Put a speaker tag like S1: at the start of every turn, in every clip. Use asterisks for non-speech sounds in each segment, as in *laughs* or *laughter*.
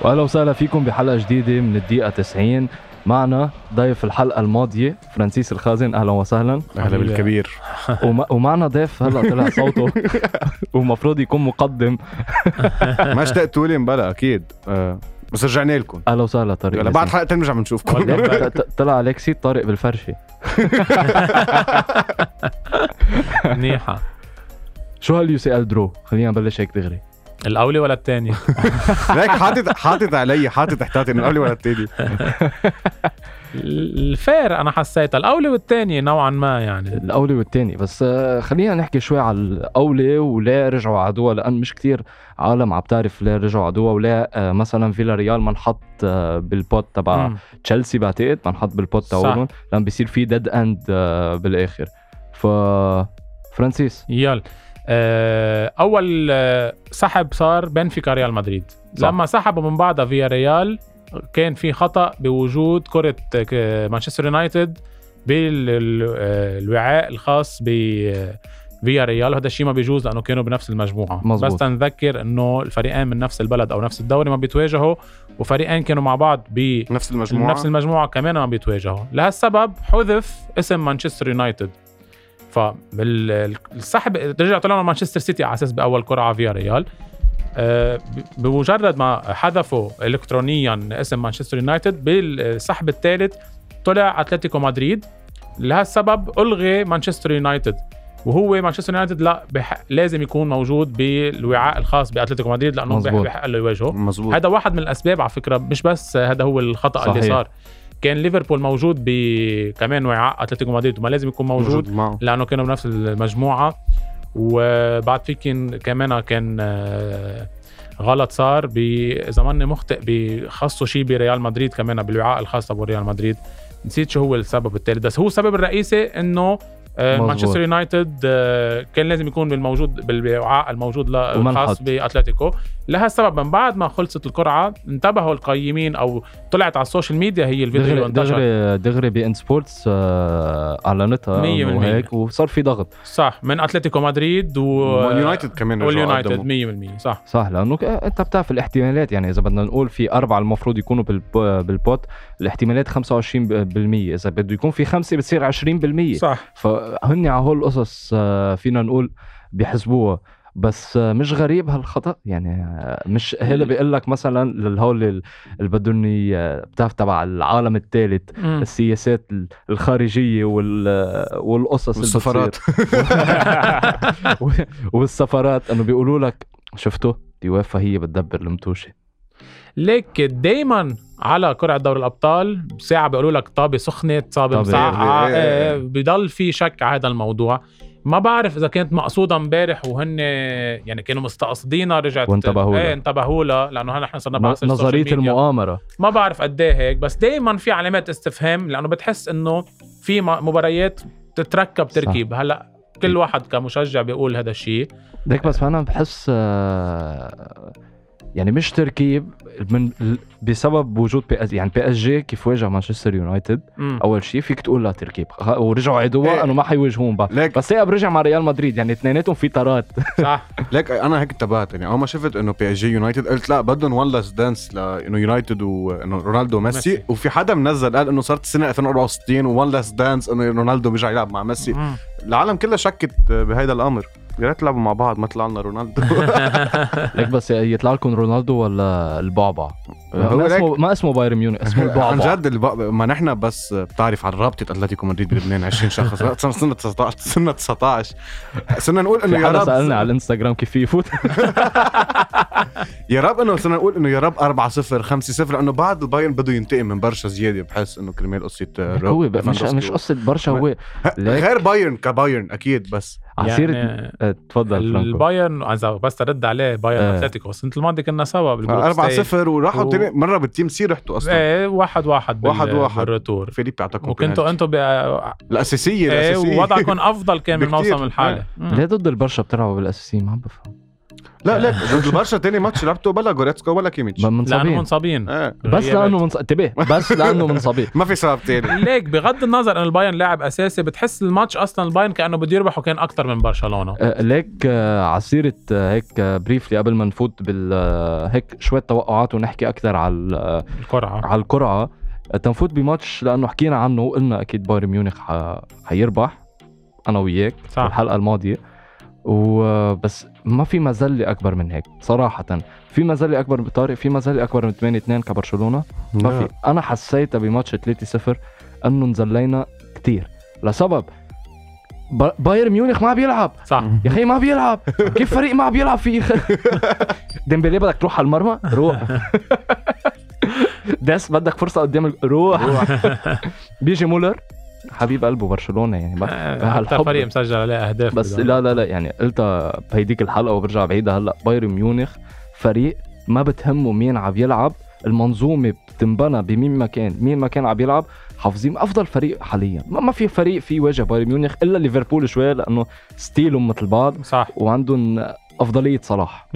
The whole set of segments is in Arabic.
S1: واهلا وسهلا فيكم بحلقه جديده من الدقيقه 90 معنا ضيف الحلقه الماضيه فرانسيس الخازن اهلا وسهلا
S2: اهلا بالكبير
S1: وم... ومعنا ضيف هلا طلع
S2: *laughs*
S1: صوته ومفروض يكون مقدم
S2: ما اشتقتوا لي مبلا اكيد آه، بس رجعنا لكم
S1: اهلا وسهلا طارق
S2: يلا بعد حلقتين بنرجع بنشوفكم *laughs*
S1: ليك ط- ط- طلع عليك سيد طارق بالفرشه
S3: منيحة
S1: شو هاليو سي ال درو خلينا نبلش هيك دغري
S3: الأولى ولا الثانية؟
S2: ليك حاطط حاطط علي حاطط احتياطي من قبل ولا بتيجي
S3: الفير أنا حسيتها الأولى والثانية نوعا ما يعني
S1: الاولي والثاني بس آه، خلينا نحكي شوي على الاولي وليه رجعوا عدوها لان مش كتير عالم عم تعرف ليه رجعوا عدوها وليه آه، مثلا فيلا ريال ما انحط آه، بالبوت تبع
S3: مم.
S1: تشيلسي بعتقد ما انحط بالبوت
S3: صح.
S1: تبعهم لان بيصير في ديد اند بالاخر ف فرانسيس
S3: يلا آه، أول آه، سحب صار بنفيكا ريال مدريد
S1: صح.
S3: لما سحبوا من بعضها فيا ريال كان في خطأ بوجود كرة آه، مانشستر يونايتد بالوعاء الخاص ب آه، فيا ريال وهذا الشيء ما بيجوز لانه كانوا بنفس المجموعه
S1: مزبوط.
S3: بس تنذكر انه الفريقين من نفس البلد او نفس الدوري ما بيتواجهوا وفريقين كانوا مع بعض ب
S2: نفس المجموعه
S3: نفس المجموعة كمان عم بيتواجهوا لهالسبب حذف اسم مانشستر يونايتد فالسحب رجع طلعوا مانشستر سيتي على اساس باول كره على فيا ريال آه، ب- بمجرد ما حذفوا الكترونيا اسم مانشستر يونايتد بالسحب الثالث طلع اتلتيكو مدريد لهالسبب الغي مانشستر يونايتد وهو مانشستر يونايتد لا بح... لازم يكون موجود بالوعاء الخاص باتلتيكو مدريد لانه بح-
S1: مزبوط.
S3: بحق له يواجهه
S2: مزبوط
S3: هذا واحد من الاسباب على فكره مش بس هذا هو الخطا صحيح.
S1: صحيح.
S3: اللي صار كان ليفربول موجود ب كمان وعاء اتلتيكو مدريد وما لازم يكون موجود, موجود
S2: معه
S3: لانه كانوا بنفس المجموعه وبعد في كان كمان كان آه، غلط صار ب- اذا ماني مخطئ بخصوا شيء بريال مدريد كمان بالوعاء الخاص تبع ريال مدريد نسيت شو هو السبب الثالث بس هو السبب الرئيسي انه آه،
S1: مزبوط.
S3: مانشستر يونايتد آه، كان لازم يكون بالموجود بالوعاء الموجود ل-
S1: ومنحط.
S3: الخاص باتلتيكو لهالسبب من بعد ما خلصت القرعه انتبهوا القيمين او طلعت على السوشيال ميديا هي الفيديو اللي
S1: دغري
S3: انتشر
S1: دغري دغري بي ان سبورتس آه، اعلنتها
S3: مية
S1: إنه
S3: بالمية.
S1: هيك وصار في ضغط
S3: صح من اتلتيكو مدريد و
S2: واليونايتد كمان رجعوا قدموا.
S3: واليونايتد 100% صح
S1: صح لانه ك- انت بتعرف الاحتمالات يعني اذا بدنا نقول في اربعه المفروض يكونوا بالب- بالبوت الاحتمالات 25% اذا بده يكون في خمسه بتصير 20%
S3: صح
S1: فهن على هول القصص آه، فينا نقول بيحسبوها بس آه، مش غريب هالخطا يعني آه، مش هلا بيقول لك مثلا للهول ال- اللي بدهم ي- آه، بتعرف تبع العالم الثالث
S3: مم.
S1: السياسات ال- الخارجيه وال آه، والقصص اللي
S2: والسفارات
S1: بتصير. *laughs* و- والسفارات انه بيقولوا لك شفتوا دي وافا هي بتدبر المتوشه
S3: ليك دايما على قرعه دوري الابطال ساعه بيقولوا لك طابه سخنه طابه
S1: طابة إيه،
S3: مسقعه
S2: غير-
S3: آه، بضل في شك على هذا الموضوع ما بعرف اذا كانت مقصوده امبارح وهن يعني كانوا مستقصدينها رجعت
S1: وانتبهوا لها.
S3: ايه انتبهوا لها لانه هلا نحن صرنا بعصر السوشيال
S1: نظريه
S3: ميديا.
S1: المؤامره
S3: ما بعرف قد ايه هيك بس دائما في علامات استفهام لانه بتحس انه في م- مباريات تتركب تركيب هلا
S1: إيه.
S3: كل واحد كمشجع بيقول هذا الشيء
S1: ليك بس انا بحس آه، يعني مش تركيب من بسبب وجود بي اس يعني بي اس جي كيف واجه مانشستر يونايتد
S3: مم.
S1: اول شيء فيك تقول لا تركيب خ- ورجعوا
S2: إيه.
S1: عدوها انه ما حيواجهون بعض
S2: ليك
S1: بس هي رجع مع ريال مدريد يعني اثنيناتهم في
S2: *laughs*
S1: طارات
S3: صح
S2: ليك انا هيك انتبهت يعني اول ما شفت انه بي اس جي يونايتد قلت لا بدهم وان لاست دانس لانه يونايتد وانه رونالدو وميسي
S3: ميسي.
S2: وفي حدا منزل قال انه صارت السنه 2064 وان لاست دانس انه رونالدو بيرجع يلعب مع ميسي
S3: مم.
S2: العالم كلها شكت بهيدا الامر يا ريت تلعبوا مع بعض ما طلع لنا
S1: *laughs*
S2: رونالدو
S1: ليك بس يطلع لكم رونالدو ولا البعبع
S2: هو
S1: ما
S2: ليك-
S1: اسمه ما اسمه بايرن ميونخ اسمه
S2: عن
S1: البعبع
S2: جد الب- ما نحن بس بتعرف على رابطه اتلتيكو مدريد بلبنان 20 شخص *laughs* لا، صرنا صرنا 19 صرنا 19 صرنا نقول انه
S1: في
S2: يا
S1: حدا
S2: رب
S1: سالنا على الانستغرام كيف في
S2: *laughs*
S1: يفوت
S2: يا رب انه صرنا نقول انه يا رب 4 0 5 0 لانه بعد البايرن بده ينتقم من برشا زياده بحس انه كرمال قصه آه، رو-
S1: هو مش
S2: ليفاندوفسكي.
S1: مش قصه برشا هو ليك
S2: غير بايرن كبايرن اكيد بس
S1: عصير إيه،
S3: يعني
S1: تفضل فرانكو
S3: البايرن اذا بس ارد عليه بايرن
S1: آه.
S3: اتلتيكو السنه الماضيه كنا سوا بالجروب
S2: 4
S3: ستيج.
S2: 0
S3: و-
S2: وراحوا تاني مره بالتيم سي رحتوا اصلا
S3: ايه واحد واحد بال-
S2: واحد واحد.
S3: بالرتور
S2: فيليب اعطاكم
S3: وكنتوا
S2: بنالتي.
S3: انتم
S2: الاساسيه
S3: ايه
S2: الاساسيه
S3: ووضعكم افضل كان من
S2: بكتير. إيه.
S3: الموسم الحالي مم.
S1: ليه ضد البرشا بتلعبوا بالاساسيين ما عم بفهم
S2: لا لا ضد البرشا تاني ماتش لعبته بلا جوريتسكا ولا كيميتش
S1: ما
S3: لانه
S1: منصابين
S3: منصابين
S2: آه.
S1: بس لانه منص... انتبه بس لانه منصابين
S2: ما في سبب تاني
S3: إيه، ليك بغض النظر ان البايرن لاعب اساسي بتحس الماتش اصلا البايرن كانه بده يربحه كان اكثر من برشلونه
S1: آه، ليك آه، عسيرة آه، هيك بريفلي قبل ما نفوت بال آه، هيك شوية توقعات ونحكي أكثر على آه،
S3: القرعه
S1: على القرعة آه، تنفوت بماتش لأنه حكينا عنه وقلنا أكيد بايرن ميونخ ح- حيربح أنا وياك
S3: صح.
S1: الحلقة الماضية وبس ما في مزلة أكبر من هيك صراحة في مزلة أكبر من طارق في مزلة أكبر من 8 2 كبرشلونة ما في انا حسيتها بماتش 3 0 انه انزلينا كتير لسبب با- بايرن ميونخ ما بيلعب
S3: صح
S1: يا اخي ما بيلعب كيف فريق ما بيلعب في ديمبلي بدك تروح على المرمى روح داس بدك فرصه قدام ال- روح بيجي مولر حبيب قلبه برشلونه
S3: *laughs*
S1: يعني ما-
S3: حتى
S1: هالحب.
S3: إيه، فريق مسجل عليه اهداف
S1: بس
S3: بدهم.
S1: لا لا لا يعني قلتها بهيديك الحلقه وبرجع بعيدها هلا بايرن ميونخ فريق ما بتهمه مين عم يلعب المنظومه بتنبنى بمين ما كان مين ما كان عم يلعب حافظين افضل فريق حاليا ما, ما في فريق في وجه بايرن ميونخ الا ليفربول شوي لانه ستيلهم مثل بعض
S3: صح
S1: وعندهم افضليه صلاح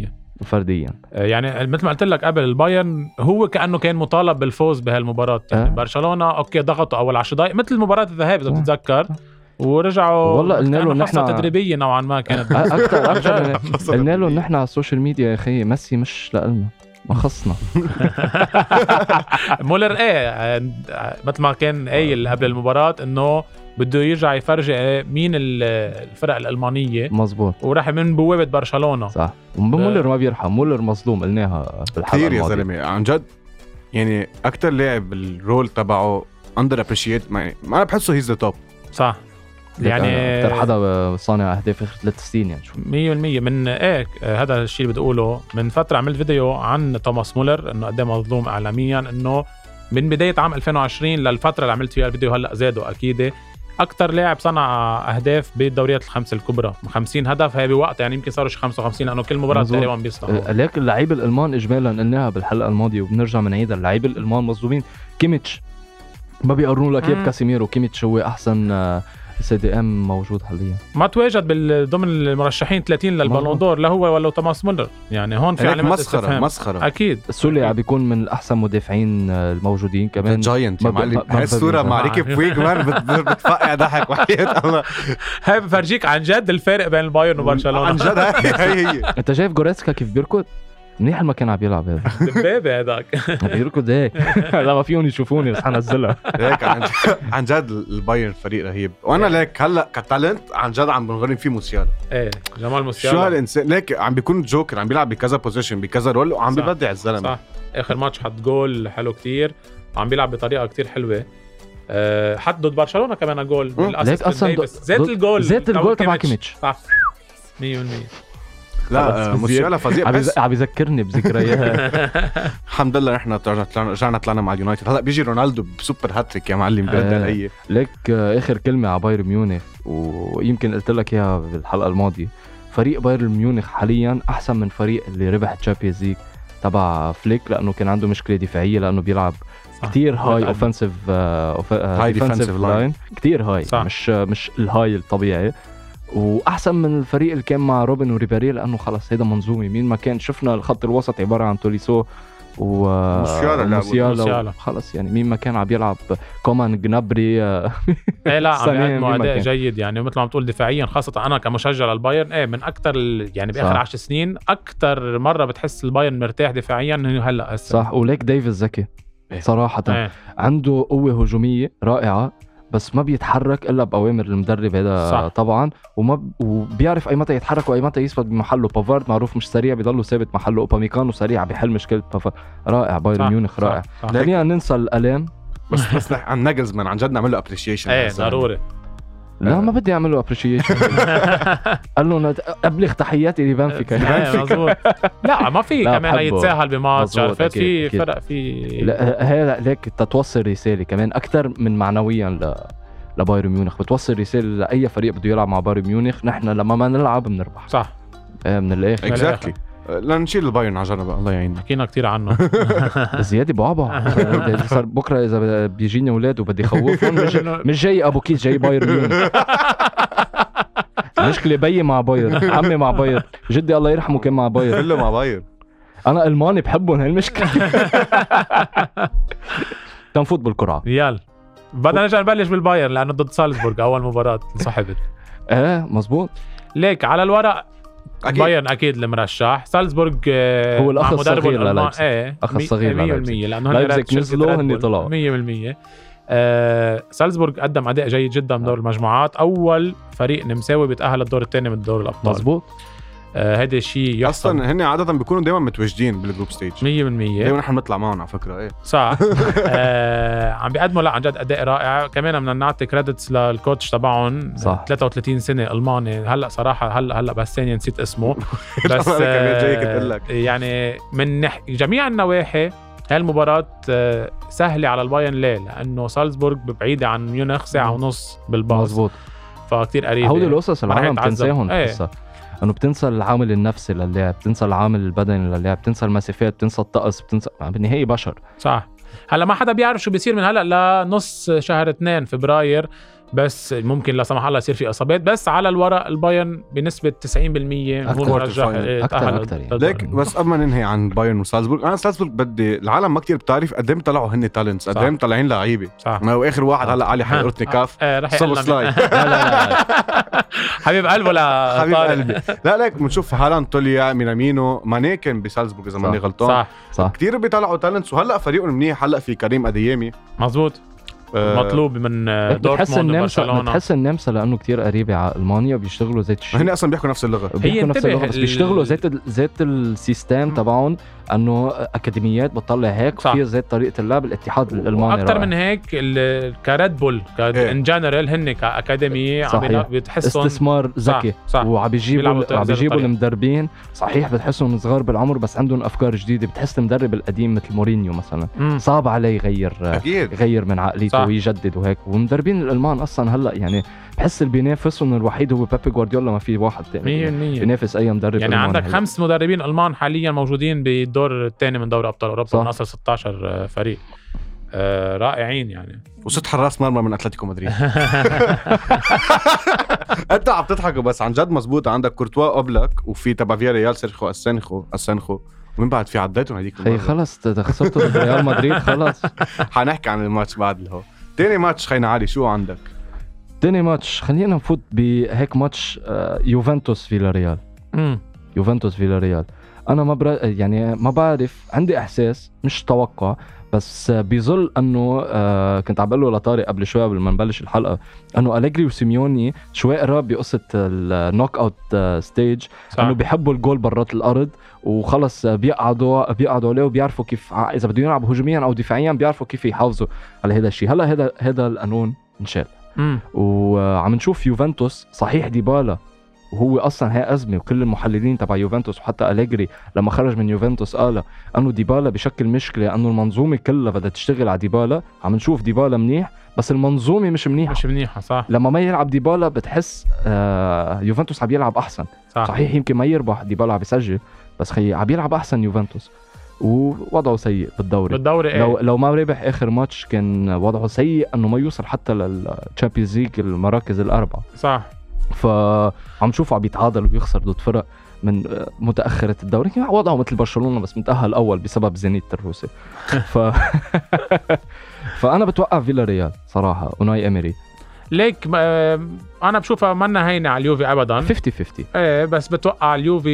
S3: 100%
S1: فرديا
S3: يعني مثل ما قلت لك قبل البايرن هو كانه كان مطالب بالفوز بهالمباراه يعني
S1: آه.
S3: برشلونه اوكي ضغطوا اول 10 دقائق مثل مباراه الذهاب اذا
S1: صح.
S3: بتتذكر ورجعوا
S1: والله قلنا له
S3: كأنه حصه
S1: نحن-
S3: تدريبيه نوعا ما
S1: *laughs*
S3: كانت
S1: اكثر اكثر
S2: قصة
S1: قلنا له
S2: تدريبية.
S1: نحن على السوشيال ميديا يا اخي ميسي مش لنا ما خصنا
S3: مولر ايه آه، مثل ما كان قايل قبل المباراه انه بده يرجع يفرجي آه، مين ال- الفرق الالمانيه
S1: مزبوط
S3: وراح من بوابه برشلونه
S1: صح مولر ما بيرحم مولر مظلوم قلناها بالحلقه
S2: كثير يا
S1: الماضية.
S2: زلمه عن جد يعني اكثر لاعب الرول تبعه اندر ابريشيت ما انا بحسه هيز ذا توب
S3: صح
S1: يعني
S3: يعني
S1: اكثر حدا صانع اهداف اخر ثلاث سنين يعني شو
S3: 100% من ايه آه، هذا الشيء اللي بدي اقوله من فتره عملت فيديو عن توماس مولر انه قد إيه مظلوم اعلاميا انه من بدايه عام 2020 للفتره اللي عملت فيها الفيديو هلا زادوا اكيد اكثر لاعب صنع اهداف بالدوريات الخمس الكبرى 50 هدف هي بوقت يعني يمكن صاروا شي 55 لانه كل مباراه
S1: مظبوط.
S3: تقريبا بيصنعوا
S2: أه،
S1: ليك اللعيب الالمان اجمالا قلناها بالحلقه الماضيه وبنرجع بنعيدها اللعيب الالمان مظلومين كيميتش ما بيقارنوا لك اياه
S3: مم.
S1: بكاسيميرو كيميتش هو احسن سي دي ام موجود حاليا
S3: ما تواجد بال- ضمن المرشحين 30 للبالون
S1: مظبوط.
S3: دور لا هو ولا توماس مولر يعني هون في
S2: هيك
S3: علامات
S2: مسخره
S3: استفهام
S2: مسخره
S3: اكيد
S1: سولي عم بيكون من الاحسن مدافعين آه، الموجودين كمان
S2: جاينت
S1: ما
S2: يا
S1: ب-
S2: معلم
S1: ما- ما
S2: هاي الصوره
S1: ببين.
S2: مع ريكي بويج مان بت- بتفقع ضحك *laughs* وحياة الله
S3: هاي بفرجيك عن جد الفارق بين البايرن
S2: عن
S3: وبرشلونه *laughs*
S2: جد هاي هي هي
S1: انت شايف جوريسكا كيف بيركض منيح ما كان عم يلعب *laughs* هذا
S3: دبابه هذاك
S1: بيركض هيك *laughs* لا ما فيهم يشوفوني بس حنزلها
S2: هيك عن جد عن جد البايرن فريق رهيب وانا ليك هلا كتالنت عن جد عم بنغرم فيه موسيالا
S3: ايه جمال
S2: شو
S3: موسيالا
S2: هالانسان ليك عم بيكون جوكر عم بيلعب بكذا بوزيشن بكذا رول وعم
S3: صح.
S2: ببدع الزلمه
S3: صح اخر ماتش حط جول حلو كتير عم بيلعب بطريقه كتير حلوه أه حط ضد برشلونه كمان جول بالاسيست
S1: ليك أصلاً
S3: من ديفيس. زيت
S1: ضد-
S3: الجول
S1: زيت الجول تبع كيميتش.
S3: صح 100%
S2: لا آه،
S1: بس-
S2: موسيالا فظيع
S1: عم
S2: بس
S1: يز- عم يذكرني *laughs* بذكريات
S2: الحمد لله نحن رجعنا طلعنا رجعنا طلعنا مع اليونايتد هلا بيجي رونالدو بسوبر هاتريك يا معلم برد
S1: آه.
S2: الأية
S1: ليك آه، اخر كلمه على بايرن ميونخ ويمكن قلت لك اياها بالحلقه الماضيه فريق بايرن ميونخ حاليا احسن من فريق اللي ربح تشامبيونز ليج تبع فليك لانه كان عنده مشكله دفاعيه لانه بيلعب
S2: آه،
S3: صح.
S1: كتير آه، هاي
S3: متعب.
S1: اوفنسيف هاي
S2: High defensive line.
S1: كتير هاي
S3: صح.
S1: مش آه، مش الهاي الطبيعي واحسن من الفريق اللي كان مع روبن وريبيري لانه خلص هيدا منظومه مين ما كان شفنا الخط الوسط عباره عن توليسو و
S2: موسيالا لعبوا.
S1: موسيالا
S3: موسيالا.
S1: خلص يعني مين ما كان عم يلعب كومان جنابري آه،
S3: ايه لا عم
S1: ثانياً
S3: يقدموا
S1: بما
S3: اداء
S1: كان.
S3: جيد يعني ومثل ما عم تقول دفاعيا خاصه انا كمشجع للبايرن ايه من اكثر يعني باخر
S1: صح.
S3: 10 سنين اكثر مره بتحس البايرن مرتاح دفاعيا هو هلا هسه
S1: صح وليك ديفيز ذكي
S2: إيه.
S1: صراحة
S3: ايه
S1: عنده قوة هجومية رائعة بس ما بيتحرك الا باوامر المدرب هذا
S3: صح.
S1: طبعا وما ب... وبيعرف اي متى يتحرك واي متى يثبت بمحله بافارد معروف مش سريع بضله ثابت محله اوباميكانو سريع بحل مشكله بافارد رائع بايرن
S3: صح،
S1: ميونخ رائع
S3: صح، صح.
S1: خلينا ننسى الالام
S2: بس بس نح- عن ناجلزمان عن جد نعمل له ابريشيشن
S3: ايه ضروري
S1: لا
S2: آه.
S1: ما بدي اعمل له ابريشيشن قال له أنا ابلغ تحياتي
S3: *laughs*
S1: لبنفيكا
S3: إيه، مظبوط لا ما في
S1: لا،
S3: كمان
S1: بحبه.
S3: يتساهل بماتش
S1: مظبوط،
S3: عرفت في
S1: أكيد، أكيد.
S3: فرق في
S1: لا هي ليك تتوصل رساله كمان اكثر من معنويا ل لبايرن ميونخ بتوصل رساله لاي فريق بده يلعب مع بايرن ميونخ نحن لما ما نلعب بنربح
S3: صح
S1: آه، من الاخر
S2: اكزاكتلي لنشيل البايرن على جنب الله يعيننا
S3: حكينا كتير عنه
S1: *laughs* زيادة *laughs* بعبع بدي- صار بكره اذا بيجيني اولاد وبدي خوفهم مش, مش جاي ابو كيس جاي بايرن ميونخ مشكله بيي مع بايرن عمي مع بايرن جدي الله يرحمه كان مع بايرن
S2: كله مع بايرن
S1: انا الماني بحبهم هي المشكله تنفوت بالقرعه
S3: يلا بدنا نرجع نبلش بالبايرن لانه ضد سالزبورغ اول مباراه
S1: *laughs*
S3: انسحبت
S1: ايه مزبوط
S3: ليك على الورق
S2: اكيد
S3: بايرن اكيد المرشح سالزبورغ آه،
S1: هو الأخ
S3: مع مدربه
S1: الصغير
S3: الألمان-
S1: للايبزيغ.
S3: ايه
S1: أخ الصغير
S3: 100%
S1: للايبزيغ.
S3: لانه هن
S1: لايبزيغ
S3: رد- شركة
S1: نزلوا،
S3: ريد
S1: هن
S3: بول.
S1: طلعوا.
S3: 100% آه سالزبورغ قدم اداء جيد
S1: آه.
S3: جدا بدور المجموعات اول فريق نمساوي بيتاهل للدور الثاني من دور الابطال
S1: مزبوط
S3: آه هيدا الشيء يحسن 100%
S2: اصلا هن عاده بيكونوا دايما متواجدين بالجروب ستيج دايما نحن بنطلع معهم على فكره ايه
S3: صح *laughs* آه عم بيقدموا لا عن جد اداء رائع كمان بدنا نعطي كريدتس للكوتش تبعهم
S1: صح.
S3: 33 سنه الماني هلا صراحه هلا هلا بس ثانيه
S2: *laughs*
S3: نسيت اسمه بس
S2: أنا كمان جاي كنت
S3: آه،
S2: أقول لك.
S3: يعني من نح... جميع النواحي هاي المباراة آه، سهلة على البايرن ليه؟ لأنه سالزبورغ بعيدة عن ميونخ ساعة ونص بالباص
S1: مزبوط
S3: فكتير قريبة
S1: هودي القصص
S3: إيه ما رح
S1: العالم
S3: يتعذب.
S1: بتنساهم
S3: إيه.
S1: القصة انه بتنسى العامل النفسي للاعب بتنسى العامل البدني للاعب بتنسى المسافات بتنسى الطقس بتنسى بالنهايه بشر
S3: صح هلا ما حدا بيعرف شو بيصير من هلا لنص شهر اثنين فبراير بس ممكن لا سمح الله يصير في اصابات بس على الورق البايرن بنسبه 90% هو
S1: أكتر.
S3: المرجح
S2: Quarter final.
S3: إيه،
S1: أكتر-
S3: تأهل
S1: أكتر يعني.
S3: للدور.
S2: ليك بس قبل ما ننهي عن بايرن وسالزبورغ انا سالزبورغ بدي العالم ما كتير بتعرف قد ايه طلعوا هن تالنتس قد
S3: صح.
S2: ايه طالعين لعيبه
S3: صح
S2: ما هو اخر واحد
S1: صح.
S2: هلا علي حيقرطني
S3: *laughs*
S2: كاف
S3: آه، رح
S2: صور
S3: يقلنا من- *laughs*
S2: سلايد
S1: لا لا لا
S3: حبيب قلبه ل
S2: حبيب
S3: طارق.
S2: قلبي لا ليك بنشوف هالاند طلع مينامينو ماني كان بسالزبورغ اذا ماني
S1: صح.
S2: غلطان
S3: صح
S1: صح
S2: كثير بيطلعوا تالنتس وهلا فريقهم منيح هلا في كريم اديامي
S3: مزبوط
S2: آه،
S3: مطلوب من آه،
S1: بتحس
S3: دورتموند
S1: النمسا
S3: برشلونه
S1: بتحس النمسا لانه كتير قريبه على المانيا بيشتغلوا زيت
S2: هن
S1: الشيء
S2: اصلا بيحكوا نفس اللغه
S1: بيحكوا نفس
S3: انتبه
S1: اللغه بس
S3: ال-
S1: بيشتغلوا زيت ال- زيت السيستم تبعهم انه اكاديميات بتطلع هيك
S3: صح.
S1: في زيت طريقه اللعب الاتحاد الالماني
S3: اكثر
S1: اكثر
S3: من هيك ال- كريد بول
S2: إيه.
S3: ان جنرال هن كاكاديمي عم
S1: صحيح.
S3: بيلا- بتحسهم
S1: استثمار ذكي
S3: صح صح
S1: وعم
S3: بيلعبوا
S1: بيجيبوا
S3: بطريقة
S1: عم
S3: غير
S1: بيجيبوا
S3: الطريقة.
S1: المدربين صحيح بتحسهم صغار بالعمر بس عندهم افكار جديده بتحس المدرب القديم مثل مورينيو مثلا
S3: مم.
S1: صعب عليه يغير
S2: اكيد
S1: يغير من عقليته
S3: صح.
S1: ويجدد وهيك والمدربين الالمان اصلا هلا يعني بحس اللي بينافسهم الوحيد هو بيبي جوارديولا ما في واحد ثاني
S3: 100%
S1: بينافس اي مدرب
S3: يعني
S1: ألماني
S3: عندك
S1: هلأ.
S3: خمس مدربين المان حاليا موجودين بالدور الثاني من دوري ابطال
S1: صح.
S3: اوروبا من اصل 16 فريق آه،
S1: *laughs*
S3: رائعين يعني
S2: وست حراس مرمى من اتلتيكو مدريد انت عم تضحك بس عن جد مزبوط عندك كورتوا اوبلاك وفي تبع فيا ريال سيرخو اسانخو اسانخو ومن بعد في عديتهم هذيك
S1: خي خلص ت- خسرتوا ضد ريال مدريد خلص
S2: حنحكي عن الماتش بعد الهو تاني ماتش خينا علي شو عندك؟
S1: تاني ماتش خلينا نفوت بهيك ماتش آه، يوفنتوس فيلاريال
S3: مم.
S1: يوفنتوس فيلاريال انا ما برا يعني ما بعرف عندي احساس مش توقع بس بظل انه آه كنت عم بقول له لطارق قبل شوي قبل ما نبلش الحلقه انه اليجري وسيميوني شوي قراب بقصه النوك اوت آه، ستيج
S3: صح
S1: انه بيحبوا الجول برات الارض وخلص بيقعدوا بيقعدوا عليه وبيعرفوا كيف ع- اذا بدهم يلعبوا هجوميا او دفاعيا بيعرفوا كيف يحافظوا على هذا الشيء هلا هذا هذا القانون انشال
S3: مم.
S1: وعم نشوف يوفنتوس صحيح ديبالا وهو اصلا هي ازمه وكل المحللين تبع يوفنتوس وحتى اليجري لما خرج من يوفنتوس قال انه ديبالا بشكل مشكله انه المنظومه كلها بدها تشتغل على ديبالا عم نشوف ديبالا منيح بس المنظومه مش منيحه
S3: مش منيحه صح
S1: لما ما يلعب ديبالا بتحس آه يوفنتوس عم يلعب احسن
S3: صح,
S1: صحيح يمكن ما يربح ديبالا عم يسجل بس خي عم يلعب احسن يوفنتوس ووضعه سيء بالدوري
S3: بالدوري ايه
S1: لو لو ما ربح اخر ماتش كان وضعه سيء انه ما يوصل حتى للتشامبيونز ليج المراكز الاربعه
S3: صح
S1: فعم نشوفه عم بيتعادل ويخسر ضد فرق من آه، متاخره الدوري كان وضعه مثل برشلونه بس متاهل اول بسبب زينيت الروسي ف *laughs* فانا بتوقع فيلا ريال صراحه اوناي اميري
S3: ليك آه، انا بشوفها منا هينه على اليوفي ابدا
S1: 50 50
S3: ايه بس بتوقع اليوفي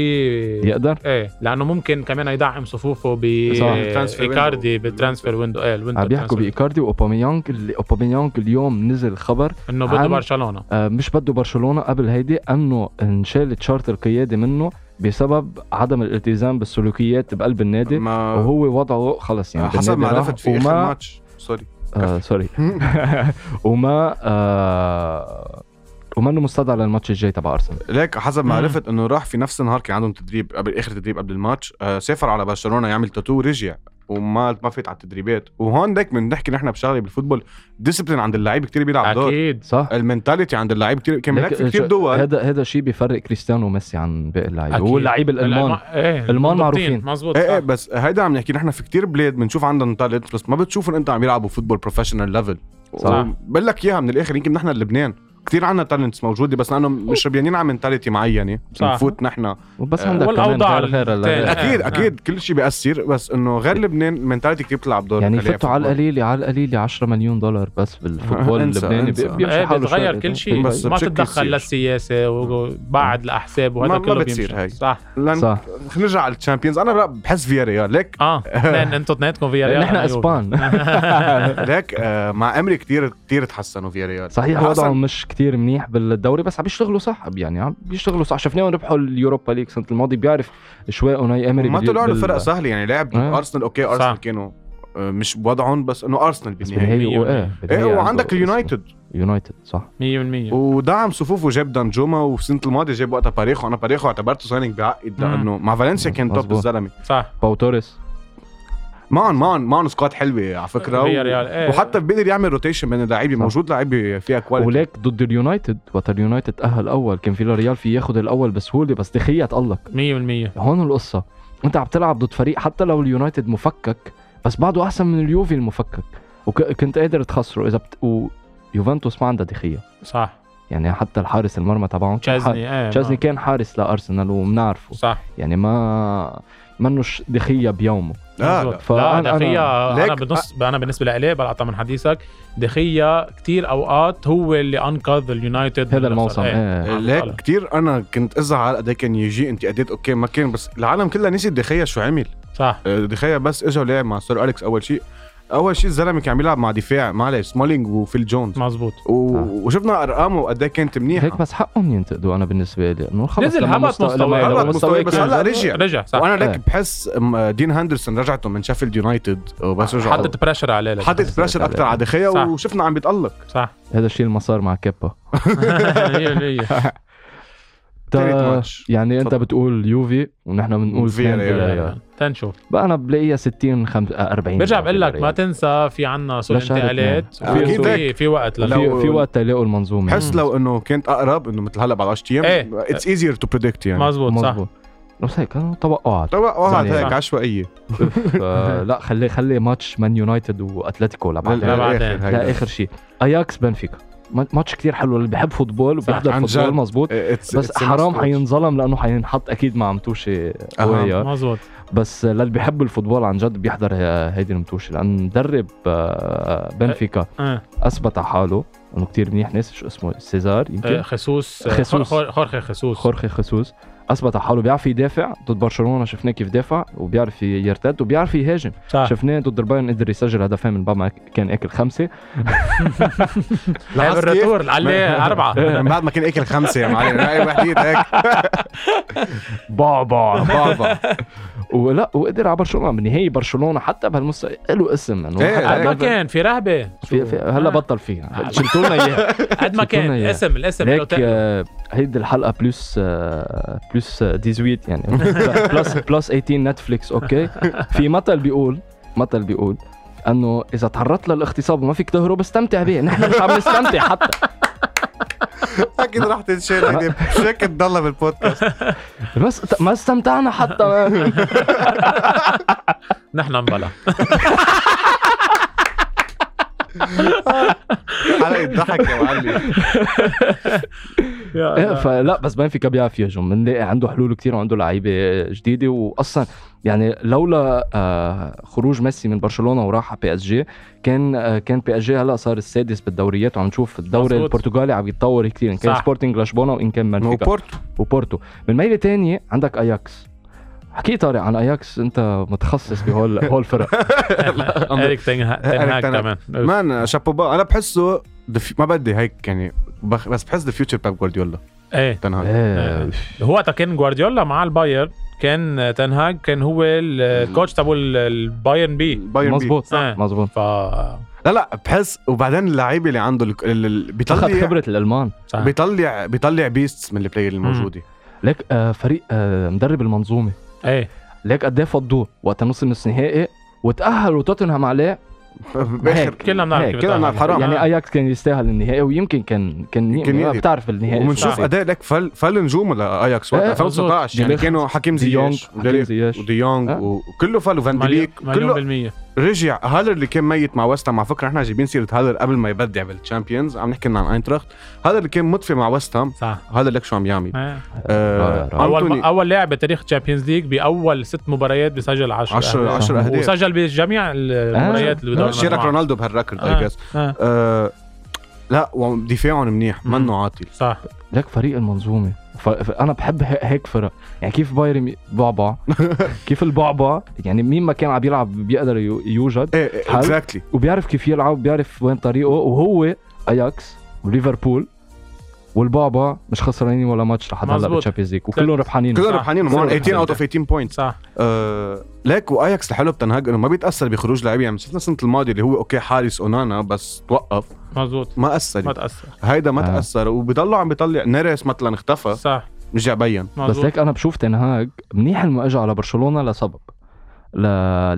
S1: يقدر
S3: ايه لانه ممكن كمان يدعم صفوفه ب
S1: صح.
S2: بالترانسفير
S3: ايكاردي
S2: ويندو.
S3: بالترانسفير ويندو ايه الويندو
S1: عم بيحكوا
S3: الترانسفير.
S1: بايكاردي واوباميانج اللي اوباميانج اليوم نزل خبر
S3: انه بده
S1: عن-
S3: برشلونه
S1: آه، مش بده برشلونه قبل هيدي انه انشالت شرط القياده منه بسبب عدم الالتزام بالسلوكيات بقلب النادي
S2: ما
S1: وهو وضعه خلص يعني
S2: حسب ما
S1: بالنادي راح
S2: عرفت في اخر
S1: وما
S2: ماتش سوري
S1: آه سوري *laughs* وما آه وما انه مستدعى للماتش الجاي تبع ارسنال
S2: ليك حسب ما
S3: مم.
S2: عرفت انه راح في نفس النهار كان عندهم تدريب قبل اخر تدريب قبل الماتش آه سافر على برشلونه يعمل تاتو ورجع وما ما فات على التدريبات وهون ليك بنحكي نحن بشغله بالفوتبول ديسبلين عند اللعيب كتير بيلعب دور
S3: اكيد
S1: صح؟
S2: المنتاليتي عند اللعيب كتير آه، كان
S1: ليك-
S2: بيلعب في كتير
S1: شو-
S2: دول
S1: هذا هذا الشيء بيفرق كريستيانو وميسي عن باقي اللعيبه
S3: أكيد.
S1: هو اللعيب الالمان
S3: ايه
S1: أيوه، الألمان معروفين.
S3: مزبوط
S2: ايه
S3: صح.
S2: ايه بس هيدا عم نحكي نحن في كتير بلاد بنشوف عندهم تالنت بس ما بتشوفهم انت عم يلعبوا فوتبول بروفيشنال ليفل
S1: صح.
S2: بقول لك اياها من الاخر يمكن نحن لبنان كثير عندنا تالنتس موجوده بس لانه مش ربيانين على منتاليتي معينه
S3: صح.
S2: نفوت نحن
S1: وبس
S2: آه،
S1: عندك كمان
S3: والأوضاع
S1: غير غير ال-
S3: التانية.
S2: اكيد
S3: آه.
S2: اكيد كل شيء بياثر بس انه غير لبنان المنتاليتي كثير بتلعب دور
S1: يعني
S2: خليها
S1: فتوا على
S2: فوتبول.
S1: القليله على القليله 10 مليون دولار
S2: *laughs*
S1: بس بالفوتبول
S2: انسى،
S1: اللبناني
S2: انسى.
S1: بي- بيمشي
S3: إيه،
S1: حاله
S3: بتغير
S1: شوي.
S3: كل شيء
S2: بس
S3: ما
S2: بشكل
S3: تتدخل
S2: يصير.
S3: للسياسه وبعد الاحزاب وهذا
S2: ما- ما
S3: كله
S2: بتصير
S3: بيمشي.
S2: هي.
S3: صح
S2: لأن-
S1: صح
S2: خلينا نرجع على الشامبيونز انا لا بحس فيا ريال
S3: *laughs*
S2: ليك
S1: *laughs*
S3: اه لان انتم اثنيناتكم فيا ريال
S1: نحن
S3: أنا يوفي.
S1: اسبان
S2: ليك آه، مع امري كثير كثير تحسنوا فيا ريال
S1: *laughs* صحيح
S2: أحسن-
S1: وضعهم مش كتير منيح بالدوري بس عم بيشتغلوا صح يعني عم بيشتغلوا صح شفناهم ربحوا اليوروبا ليج السنه الماضيه بيعرف شوي اوناي امري
S2: ما
S1: بال-
S2: طلعوا له
S1: بال-
S2: فرق سهل يعني لعب
S1: آه.
S2: ارسنال اوكي ارسنال
S3: صح.
S2: كانوا آه، مش بوضعهم بس انه ارسنال
S1: بس
S2: بالنهايه
S1: بالنهايه
S3: بالنهاية.
S1: وقع
S2: ايه
S1: بالنهاية عنده
S2: وعندك
S1: اسمه.
S2: اليونايتد
S1: يعني يونايتد صح
S3: 100%
S2: ودعم صفوفه جاب دانجوما وسنه الماضيه جاب وقتها باريخو انا باريخو اعتبرته سايننج بعقد
S3: مم.
S2: لانه مع فالنسيا كان توب
S1: مظبوط.
S2: الزلمه
S3: صح
S1: باو توريس
S2: معهم معهم معهم سكواد حلوه على فكره
S3: فيا ريال، إيه.
S2: وحتى بيقدر يعمل روتيشن بين اللعيبه
S1: صح.
S2: موجود لعيبه فيها كواليتي
S1: وليك ضد اليونايتد وقت اليونايتد تاهل اول كان في الريال في ياخذ الاول بسهوله بس دخيه تقلق
S3: 100%
S1: هون القصه انت عم تلعب ضد فريق حتى لو اليونايتد مفكك بس بعده احسن من اليوفي المفكك وكنت قادر تخسره اذا بت... ويوفنتوس ما عندها دخيه
S3: صح
S1: يعني حتى الحارس المرمى تبعهم كان حا-
S3: تشازني ايه
S1: تشازني
S3: ما-
S1: كان حارس لارسنال وبنعرفه
S3: صح
S1: يعني ما منوش دخيه بيومه
S2: لا لا
S3: مزبوط.
S1: آه، فأنا- آه.
S3: لا دخية
S2: ليك-
S3: انا بنص انا بالنسبه لإلي بقطع من حديثك دخية كتير اوقات هو اللي انقذ اليونايتد من
S1: هذا
S3: الخسارة.
S1: الموسم
S3: إيه.
S1: ايه
S3: عم
S2: ليك
S3: بطلع.
S2: كثير انا كنت ازعل على قد إيه كان يجي انتقادات اوكي ما كان بس العالم كلها نسيت دخيا شو عمل
S3: صح
S2: آه، دخيا بس اجى ولعب مع سير اليكس اول شيء اول شيء الزلمه كان عم يلعب مع دفاع معلش سمولينج وفيل جونز
S3: مزبوط
S2: و...
S1: آه.
S2: وشفنا ارقامه قد إيه كانت منيحه
S1: هيك بس حقهم ينتقدوا انا بالنسبه لي انه خلص
S3: نزل
S1: لما
S3: هبط
S1: مستوى-
S3: مستواه.
S1: لما- لما
S2: هبط مستواه، بس
S1: كان
S2: هلا
S1: زاد-
S2: رجع.
S3: رجع صح
S2: وانا ليك
S1: إيه.
S2: بحس أم، دين هاندرسون رجعته من شيفيلد يونايتد وبس رجع
S3: حطت بريشر عليه لك.
S2: حطت بريشر اكثر على دخيا
S3: صح.
S2: وشفنا عم بيتالق
S1: *laughs*
S3: صح *laughs*
S1: هذا الشيء اللي ما صار مع كيبا
S3: 100%
S2: تالت ماتش
S1: يعني انت
S2: تفضل. يعني.
S1: بتقول يوفي ونحن بنقول
S2: فيا
S1: اثنين
S2: ريال.
S1: بالريال.
S3: تنشوف
S1: بقى انا بلاقيها 60 خمس- آه، 40
S3: برجع بقول لك ما
S1: بالريال.
S3: تنسى في عنا سوق
S1: لا شهر
S3: انتقالات
S1: اثنين.
S3: في-
S2: أكيد
S3: في في وقت لل
S2: لو-
S1: في في وقت تلاقوا المنظومه
S2: بحس لو انه كانت اقرب انه مثل هلا بعد 10 ايام
S3: إيه.
S2: اتس ايزير تو بريدكت يعني
S3: مزبوط صح
S1: مظبوط بس هيك انا توقعات
S2: طبعا وقعت
S1: زنية.
S2: هيك
S3: صح.
S2: عشوائيه
S1: لا خلي خلي ماتش مان يونايتد واتلتيكو
S3: لا إيه،
S1: لبعض
S3: بعدين.
S2: للآخر هيدا.
S1: لا اخر شيء اياكس بنفيكا ما- ماتش كتير حلو اللي بيحب فوتبول وبيحضر
S2: عن
S1: فوتبول
S2: جد.
S1: مزبوط
S2: إيه، it's-
S1: بس
S2: it's a
S1: حرام
S2: must watch.
S1: حينظلم لانه حينحط اكيد مع متوشه قويه
S3: مزبوط
S1: بس للي بيحب الفوتبول عن جد بيحضر ه- هيدي المتوشه لان مدرب آه، بنفيكا
S3: آه.
S1: اثبت على حاله انه كتير منيح ناس شو اسمه سيزار
S3: آه،
S2: إيه.
S1: يمكن
S3: خيسوس آه،
S1: خيسوس.
S3: خور- خورخي خيسوس
S1: خورخي خسوس اثبت على حاله بيعرف يدافع ضد برشلونه شفناه كيف دافع وبيعرف يرتد وبيعرف يهاجم
S2: آه.
S3: صح
S1: شفناه ضد البايرن قدر يسجل هدفين من بعد ما كان اكل خمسه
S3: لعب
S2: لاحظت كيف؟ *laughs*
S3: الريتور
S1: *laughs*
S3: عليه اربعه
S2: *laughs* من بعد ما كان اكل خمسه يا معلم هاي وحديد
S3: *laughs*
S2: هيك
S1: باع باع
S2: بابا
S1: ولا وقدر على برشلونه بالنهايه برشلونه حتى بهالمستوى له اسم انه
S2: إيه،
S1: حتى
S3: قد
S2: *laughs*
S3: ما
S2: هيك.
S1: بال-
S3: كان في رهبه
S1: في في هلا
S3: *laughs* آه.
S1: بطل فيها شلتوا لنا اياها
S3: قد ما كان
S1: شفتونا إياه.
S3: الاسم الاسم لو
S1: هيك
S3: تق-
S1: آه، هيدي الحلقه بلس آه، بلس آه، 18 يعني *laughs* بلس بلس 18 نتفليكس اوكي في مثل بيقول مثل بيقول انه اذا تعرضت للاغتصاب وما فيك تهرب استمتع به نحن مش عم نستمتع حتى
S2: اكيد راح تنشال هيدي *laughs* مش هيك تضلها بالبودكاست
S1: ما است- ما استمتعنا حتى
S3: نحن مبلا
S2: حلقه إيه؟ ضحك يا
S3: *laughs*
S2: معلم
S1: *laughs* إيه، فلا بس بنفيكا بيعرف يهجم بنلاقي عنده حلول كتير وعنده لعيبه جديده واصلا يعني لولا آه، خروج ميسي من برشلونه وراح على بي اس جي كان آه، كان بي اس جي هلا صار السادس بالدوريات وعم نشوف الدوري
S3: مزبوط.
S1: البرتغالي عم يتطور كتير ان كان
S3: صح.
S1: سبورتنج لشبونه وان كان بنفيكا
S2: وبورتو
S1: وبورتو من ميله تانية عندك اياكس حكي طارق عن اياكس انت متخصص بهول هول فرق
S3: اريك تنهاك
S2: تنهاك.
S3: تنهاك كمان
S2: مان شابو با انا بحسه دف... ما بدي هيك يعني بخ... بس بحس ذا فيوتشر باب جوارديولا
S3: ايه
S2: تنهاج
S1: إيه،
S3: هو وقتها كان جوارديولا مع البايرن كان تنهاج كان هو الكوتش تبع ال- البايرن بي
S2: بايرن بي.
S1: مزبوط
S3: إيه.
S1: مزبوط
S3: ف
S2: لا لا بحس وبعدين اللعيبه اللي عنده ال... ال... ال...
S1: اخذ
S2: بيطلع
S1: خبره الالمان
S3: صح.
S2: بيطلع بيطلع بيستس من البلاير *laughs*
S3: *laughs*
S2: الموجوده
S1: ليك آه، فريق آه، مدرب المنظومه
S3: ايه
S1: ليك قد ايه فضوه وقت نص النص نهائي وتاهلوا توتنهام عليه
S2: باخر
S1: هيك.
S3: كلنا بنعرف
S1: هيك،
S3: كيف
S2: كلنا
S3: بتعمل.
S2: بنعرف حرام.
S1: يعني
S3: يعني
S1: اياكس كان يستاهل النهائي ويمكن كان كان,
S2: كان
S1: كان
S2: يقدر.
S1: بتعرف النهائي
S2: وبنشوف
S1: شو
S2: قد ايه لك فل فل نجوم لاياكس
S3: آه،
S1: إيه،
S2: وقت 2019
S1: مزبوط.
S2: يعني كانوا حكيم
S1: دي يونغ
S2: زياش
S1: حكيم زياش
S2: وديونغ
S1: آه.
S2: وكله فل وفان
S3: مليون
S2: ديليك
S3: مليون
S2: كله
S3: بالمية
S2: رجع هالر اللي كان ميت مع ويست هام على فكره احنا جايبين سيره هالر قبل ما يبدع بالتشامبيونز عم نحكي عن اينتراخت هالر اللي كان مطفي مع ويست هام
S3: صح
S2: هذا لك شو عم يعمل
S3: آه.
S1: رائع، رائع.
S2: أنتوني-
S3: اول اول لاعب بتاريخ تشامبيونز ليج باول ست مباريات بسجل 10
S2: 10
S1: أهداف.
S3: آه.
S2: 10 اهداف
S3: وسجل بجميع المباريات اللي بدور
S2: شارك آه، رونالدو بهالركورد
S3: آه.
S2: اي جاس
S3: آه.
S2: لا ودفاعهم منيح
S3: مم.
S2: منه عاطل
S3: صح
S1: لك فريق المنظومه ف... انا بحب هيك- هيك فرق يعني كيف بايرن مي-
S2: *laughs*
S1: بعبع كيف البعبع يعني مين ما كان عم يلعب بيقدر يو- يوجد
S2: ايه
S1: حلو.
S2: اكزاكتلي
S1: وبيعرف كيف يلعب بيعرف وين طريقه وهو اياكس وليفربول والبعبع مش خسرانين ولا ماتش لحد هلا
S3: مزبوط.
S1: بالتشامبيونز ليج وكلهم ربحانين
S2: كلهم
S3: صح.
S2: ربحانين
S3: كلهم
S2: ومعهم 18 اوت
S3: ربحانين.
S2: اوف 18 بوينت
S3: صح
S2: آه، ليك واياكس الحلو بتنهج انه ما بيتاثر بخروج لاعبين يعني شفنا السنه الماضيه اللي هو اوكي حارس اونانا بس توقف
S3: مزبوط
S2: ما
S3: ما
S2: اثر
S3: تاثر
S2: هيدا ما
S1: آه.
S2: تاثر وبيضلوا عم بيطلع نيريس مثلا اختفى
S3: صح
S2: رجع بين
S1: بس
S3: مزبوط
S1: ليك انا بشوف تنهاج منيح انه اجى على برشلونه لسبب ل...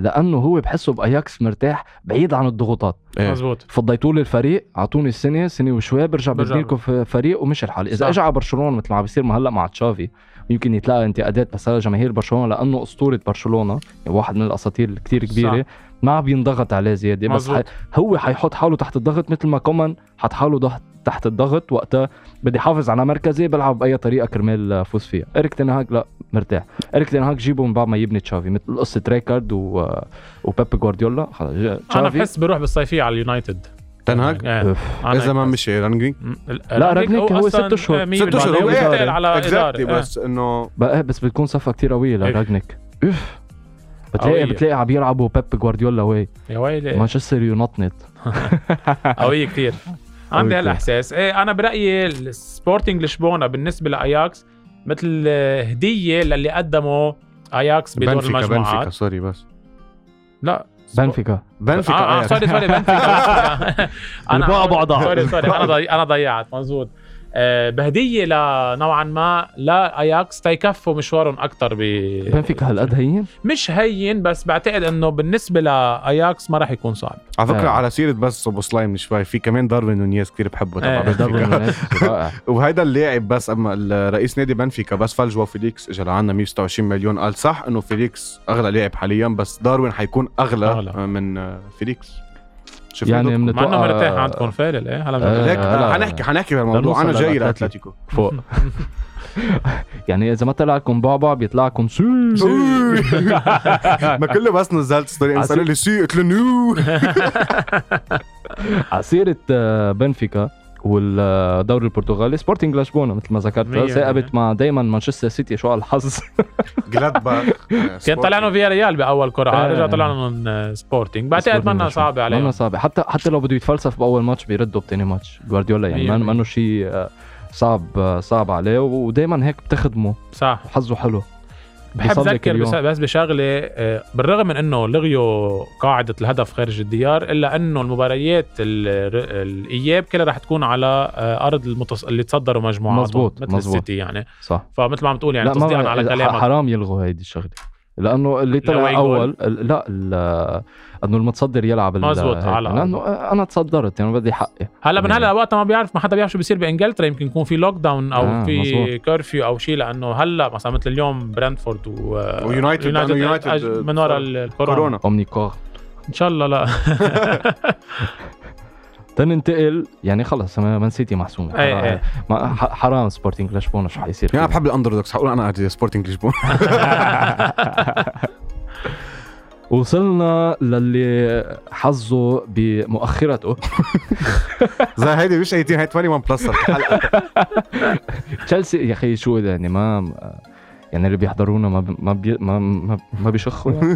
S1: لانه هو بحسه باياكس مرتاح بعيد عن الضغوطات
S2: إيه.
S3: مزبوط
S1: فضيتوا لي الفريق اعطوني السنه سنه وشوي برجع
S3: برجع.
S1: بدي لكم ف- فريق ومش الحال
S3: صح.
S1: اذا اجى على برشلونه مثل ما عم بيصير ما هلا مع تشافي يمكن يتلاقى انتقادات بس هلا جماهير برشلونه لانه اسطوره برشلونه يعني واحد من الاساطير الكتير كبيره
S3: صح.
S1: ما عم ينضغط عليه زياده إيه، بس
S3: مزبوط.
S1: حي... هو حيحط حاله تحت الضغط مثل ما كومان حط حاله ضغط تحت الضغط وقتها بدي حافظ على مركزي بلعب باي طريقه كرمال آه، فوز فيها ايريك تنهاج لا مرتاح ايريك تنهاج جيبه من بعد ما يبني تشافي مثل قصه ريكارد و... آه، وبيب جوارديولا خلص
S3: انا
S1: تشافي
S3: بحس بروح بالصيفيه على اليونايتد
S2: تنهج
S3: إيه.
S1: إيه؟ أوف.
S3: أنا
S2: اذا ما مشي رانجرينج
S3: م-
S1: لا، رانيك هو ست أشهر.
S3: آه، مية
S2: ست أشهر،
S3: بالمية.
S2: هو
S3: هو
S2: إدارة.
S3: يعتمد على
S2: اكزاكتلي
S3: إدارة. آه.
S2: بس انه
S1: بقى إيه، بس بتكون صفقه كتير قويه لراجنك اوف بتلاقي
S3: إيه. قوية.
S1: بتلاقي عم يلعبوا بيب جوارديولا واي
S3: آه. يا ويلي
S1: مانشستر يونايتد
S3: قويه كثير عندي
S1: قوية
S3: هالاحساس ايه انا برايي السبورتنج لشبونه بالنسبه لاياكس مثل آه، هديه للي قدمه اياكس بدور
S2: بنفيكا بنفيكا
S3: المجموعات
S2: سوري بس
S3: لا
S1: بنفيكا
S2: بنفيكا آه، إيه. يعني آياكس.
S3: اه اه سوري سوري
S2: *laughs*
S3: بنفيكا
S1: البعبع ضاع.
S3: سوري سوري انا ضي... انا ضيعت مزبوط آه، بهديه لنوعا ما لاياكس تيكفوا مشوارهم اكثر ب
S1: بنفيكا هالقد هين
S3: مش هين بس بعتقد انه بالنسبه لاياكس ما راح يكون صعب
S2: على فكره
S1: آه.
S2: على سيره بس ابو سلايم من شوي في كمان داروين نونيز كثير بحبه تبع
S3: آه.
S2: بنفيكا
S1: دبل
S3: *laughs*
S1: منافس رائع
S2: وهيدا اللاعب بس اما الرئيس نادي بنفيكا بس فالجوا فيليكس اجى لعنا 126 مليون قال صح انه فيليكس اغلى لاعب حاليا بس داروين حيكون اغلى,
S3: أغلى.
S2: أغلى. من آه، فيليكس شفنا
S1: يعني
S2: دوت؟
S3: مع انه
S1: بنتوقع-
S3: مرتاح عندكم فارل ايه هلا
S1: آه،
S2: ليك
S3: بنرجع.
S2: آه،
S1: هلا.
S2: حنحكي حنحكي بهالموضوع
S1: بدنا
S2: انا
S1: نوصل
S2: جاي
S1: لأتلتيكو.
S2: لاتلتيكو
S3: *laughs*
S1: فوق يعني اذا ما طلعكم بعبع بيطلع لكم سو
S3: *laughs*
S2: *laughs* ما كله بس نزلت ستوري انسان
S1: عسل.
S2: اللي سي قلت له نو
S1: عصيرة آه، بنفيكا والدوري البرتغالي سبورتنج لشبونه مثل ما
S3: مية
S1: ذكرت
S3: مية.
S1: ثاقبت مع دايما مانشستر سيتي شو على الحظ
S2: جلادباخ *laughs*
S3: كان طلعنا فيا ريال باول قرعه
S1: آه.
S3: رجع طلعنا من آه، سبورتينج بعتقد
S1: سبورتينج
S3: منا
S1: لشبونة.
S3: صعبه عليهم
S1: منا صعبة حتى حتى لو بده يتفلسف باول ماتش بيرده بتاني ماتش جوارديولا يعني
S3: مية
S1: ما
S3: مية.
S1: منه شيء آه، صعب آه، صعب عليه ودائما هيك بتخدمه
S3: صح
S1: وحظه حلو
S3: بحب
S1: بيصلي
S3: ذكر
S1: كل
S3: بس,
S1: يوم.
S3: بس بشغله آه، بالرغم من انه لغيوا قاعده الهدف خارج الديار الا انه المباريات ال- ر- الاياب كلها رح تكون على آه، ارض المتص... اللي تصدروا مجموعات
S1: مزبوط،
S3: مثل
S1: مزبوط.
S3: السيتي يعني
S1: صح
S3: فمثل ما عم تقول يعني تصديقا
S1: بقى-
S3: على
S1: ح-
S3: كلامك
S1: حرام يلغوا هيدي الشغله لانه اللي
S3: لو
S1: طلع
S3: هي جول.
S1: اول ال- لا ال- انه المتصدر يلعب ال-
S3: مزبوط،
S1: هيك.
S3: على-
S1: لانه آه، انا تصدرت يعني بدي حقي
S3: هلا من
S1: يعني-
S3: هلا وقتها ما بيعرف ما حدا بيعرف شو بيصير بانجلترا يمكن يكون في لوك داون او
S1: آه،
S3: في
S1: مزبوط.
S3: كرفيو او شيء لانه هلا مثلا مثل اليوم برنتفورد و آه،
S2: ويونايتد- لأنه يونايتد،
S3: أج-
S2: آه،
S3: من ورا
S2: صار
S3: الكورونا
S2: كورونا
S1: اومنيكور
S3: ان شاء الله لا
S1: تننتقل يعني خلص ما- مان سيتي محسومه
S3: إيه، إيه.
S1: ما- ح- حرام سبورتنج لشبونه شو حيصير
S2: يعني انا
S1: فيه.
S2: بحب الاندر دوكس حقول انا سبورتنج لشبونه
S1: وصلنا للي حظه بمؤخرته
S2: *laughs* زي هيدي مش 18 هي 21 *laughs* بلس الحلقه
S1: تشيلسي يا اخي شو يعني ما يعني اللي بيحضرونا ما ب- ما بي ما ما, ما بيشخوا
S3: *laughs*
S1: يعني.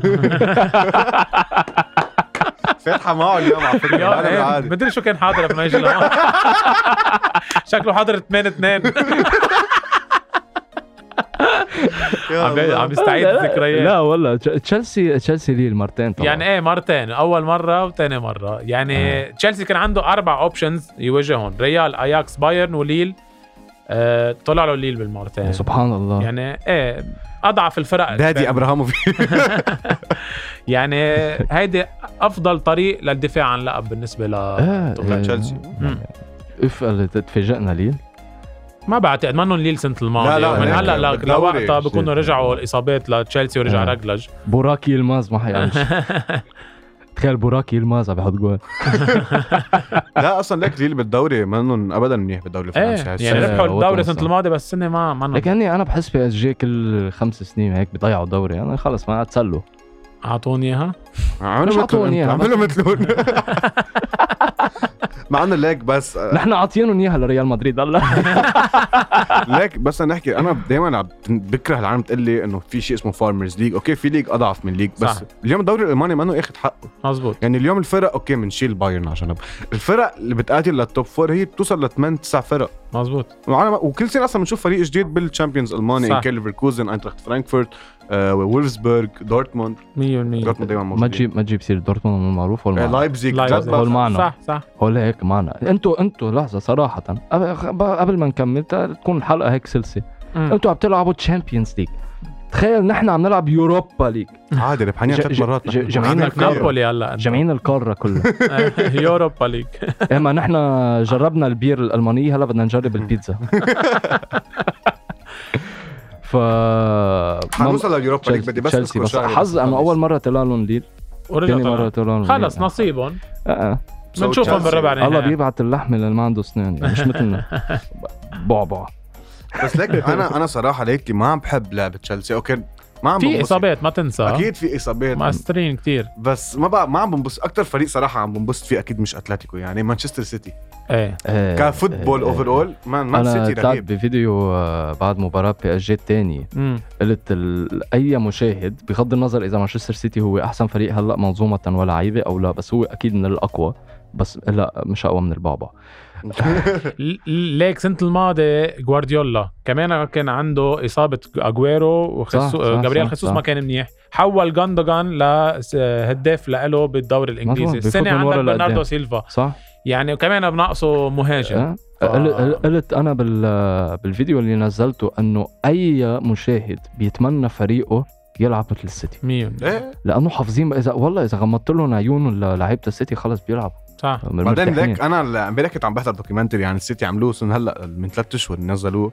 S2: فاتحه معه اليوم على فكره
S3: *laughs* يا
S2: العالم
S3: إيه،
S2: عادي
S3: مدري شو كان حاضر قبل ما يجي لهون. *laughs* شكله حاضر 8 2
S2: يا
S3: عم بي-
S2: الله.
S3: عم يستعيد الذكريات
S1: لا والله تش- تشيلسي تشيلسي لي مرتين طبعا
S3: يعني ايه مرتين اول مره وثاني مره يعني تشيلسي كان عنده اربع اوبشنز يواجههم ريال اياكس بايرن وليل آه، طلع له ليل بالمرتين
S1: سبحان الله يعني
S3: يعني ايه اضعف الفرق
S2: دادي ابراهاموفيتش
S3: يعني هيدي افضل طريق للدفاع عن لقب بالنسبه ل
S1: آه،
S3: *laughs*
S2: طلع تشيلسي.
S3: مم.
S1: اف اللي تفاجئنا ليل
S3: ما بعتقد منهم ليل سنه الماضي
S2: لا، لا،
S3: من
S2: لا،
S3: هلا ل-
S2: بالدوري.
S3: لوقتها بكونوا
S1: شيء.
S3: رجعوا الاصابات لتشيلسي ورجع
S1: آه.
S3: رجلج
S1: بوراكي يلماز ما حيعيش تخيل براكي يلمازها بيحط جول
S2: لا اصلا ليك جيل بالدوري منهم ابدا منيح بالدوري
S3: ايه
S2: الفرنسي
S3: يعني
S2: هالسنة.
S1: لا.
S3: ربحوا
S1: هو
S3: الدوري
S1: توصل.
S3: السنه الماضيه بس السنه ما ما
S1: لكن هني انا بحس بي اس جي كل خمس سنين هيك بيضيعوا الدوري انا خلص ما عاد تسلوا
S3: اعطوني اياها
S2: عملوا
S1: مش
S2: مثلهم
S1: عطوني
S2: انت،
S1: إياها.
S3: *laughs*
S2: عملوا مثلهم مع انه ليك بس
S1: نحن عاطينهم اياها لريال مدريد هلا
S2: ليك بس أنا نحكي انا دائما عم بكره العالم تقول لي انه في شيء اسمه فارمرز ليج اوكي في ليج اضعف من ليج بس
S3: صح.
S2: اليوم الدوري الالماني منه اخذ حقه
S3: مزبوط
S2: يعني اليوم الفرق اوكي بنشيل بايرن على جنب الفرق اللي بتقاتل للتوب فور هي بتوصل لثمان تسع فرق
S3: مزبوط
S2: وعلى- وكل سنه اصلا بنشوف فريق جديد بالتشامبيونز الالماني
S3: صح.
S2: ان كان ليفركوزن اينتراخت فرانكفورت آه، وولفسبورغ دورتموند
S3: 100%
S2: دورتموند دايما
S1: ما
S2: موجودين
S1: تجيب ما تجيب سير دورتموند من المعروف ولا
S2: آه،
S1: معروف.
S2: لايبزيج
S3: لايبزيج.
S2: جلادباخ.
S1: هول معنا
S3: صح صح
S1: هول هيك معنا انتوا انتوا لحظه صراحه قبل قبل ما نكمل تا- تكون الحلقه هيك سلسه
S3: مم.
S1: انتوا عم تلعبوا تشامبيونز ليج تخيل نحن عم نلعب يوروبا ليج
S2: عادي ربحانين
S1: ج-
S2: ثلاث
S1: ج-
S2: مرات
S1: ج-
S2: نحن.
S1: جمعين
S2: عندنا
S3: عندك
S1: الكورة.
S2: كتير.
S3: نابولي هلا أنت. *laughs*
S1: جمعين القاره كلها
S3: يوروبا
S1: *laughs*
S3: ليج
S1: اما نحن جربنا البير الالمانيه هلا بدنا نجرب البيتزا ف
S2: حنوصل لليوروبا ليج بدي بس
S1: تشيلسي
S2: أذكر
S1: بس
S2: شغلة
S1: حظ انه اول مره طلع لهم ليل ثاني مره
S3: ورجعوا
S1: طلع لهم
S3: خلص إيه،
S1: ليل.
S3: نصيبهم
S1: آه، آه.
S2: So
S3: بنشوفهم
S2: Chelsea.
S3: بالربع
S1: الله
S3: النهائي
S1: بيبعت اللحمه للي ما عنده اسنان يعني مش مثلنا بعبع *laughs*
S2: بس ليك انا انا صراحه ليك ما عم بحب لعبه تشيلسي اوكي ما عم
S3: في
S2: بنبسط.
S3: اصابات ما تنسى
S2: اكيد في اصابات
S3: مقصرين كثير
S2: بس ما بقى ما عم بنبسط اكثر فريق صراحه عم بنبسط فيه اكيد مش اتلتيكو يعني مانشستر سيتي
S3: ايه
S1: آه،
S2: كفوتبول
S1: آه، آه.
S2: اوفر اول مان مان
S1: انا
S2: سيتي
S1: طلعت
S2: رهيب
S1: بفيديو آه، بعد مباراه بي اس جي الثانيه
S3: مم.
S1: قلت ال- اي مشاهد بغض النظر اذا مانشستر سيتي هو احسن فريق هلا منظومه ولعيبه او لا بس هو اكيد من الاقوى بس لا مش اقوى من البعبع
S3: ل- ليك سنه الماضي جوارديولا كمان كان عنده اصابه اجويرو
S1: صح،
S3: وخسو...
S1: صح،
S3: جابرييل
S1: صح،
S3: خيسوس
S1: صح.
S3: ما كان منيح حول جندوجان لهداف له بالدوري الانجليزي
S1: مظبوط، بيفوت
S3: السنه
S1: من ورا
S3: عندك
S1: لقدام.
S3: برناردو سيلفا
S1: صح؟
S3: يعني كمان بناقصه مهاجم
S1: أه؟
S2: آه.
S1: قل- قلت انا بال- بالفيديو اللي نزلته انه اي مشاهد بيتمنى فريقه يلعب مثل السيتي
S3: مين
S2: ايه
S1: لانه حافظين اذا والله اذا غمضت لهم عيون لعيبه السيتي خلص بيلعبوا
S3: صح
S2: بعدين
S1: مرتاحين.
S2: ليك انا ال- امبارح كنت عم بحضر دوكيومنتري عن يعني السيتي عملوه سن هلا من ثلاث اشهر نزلوه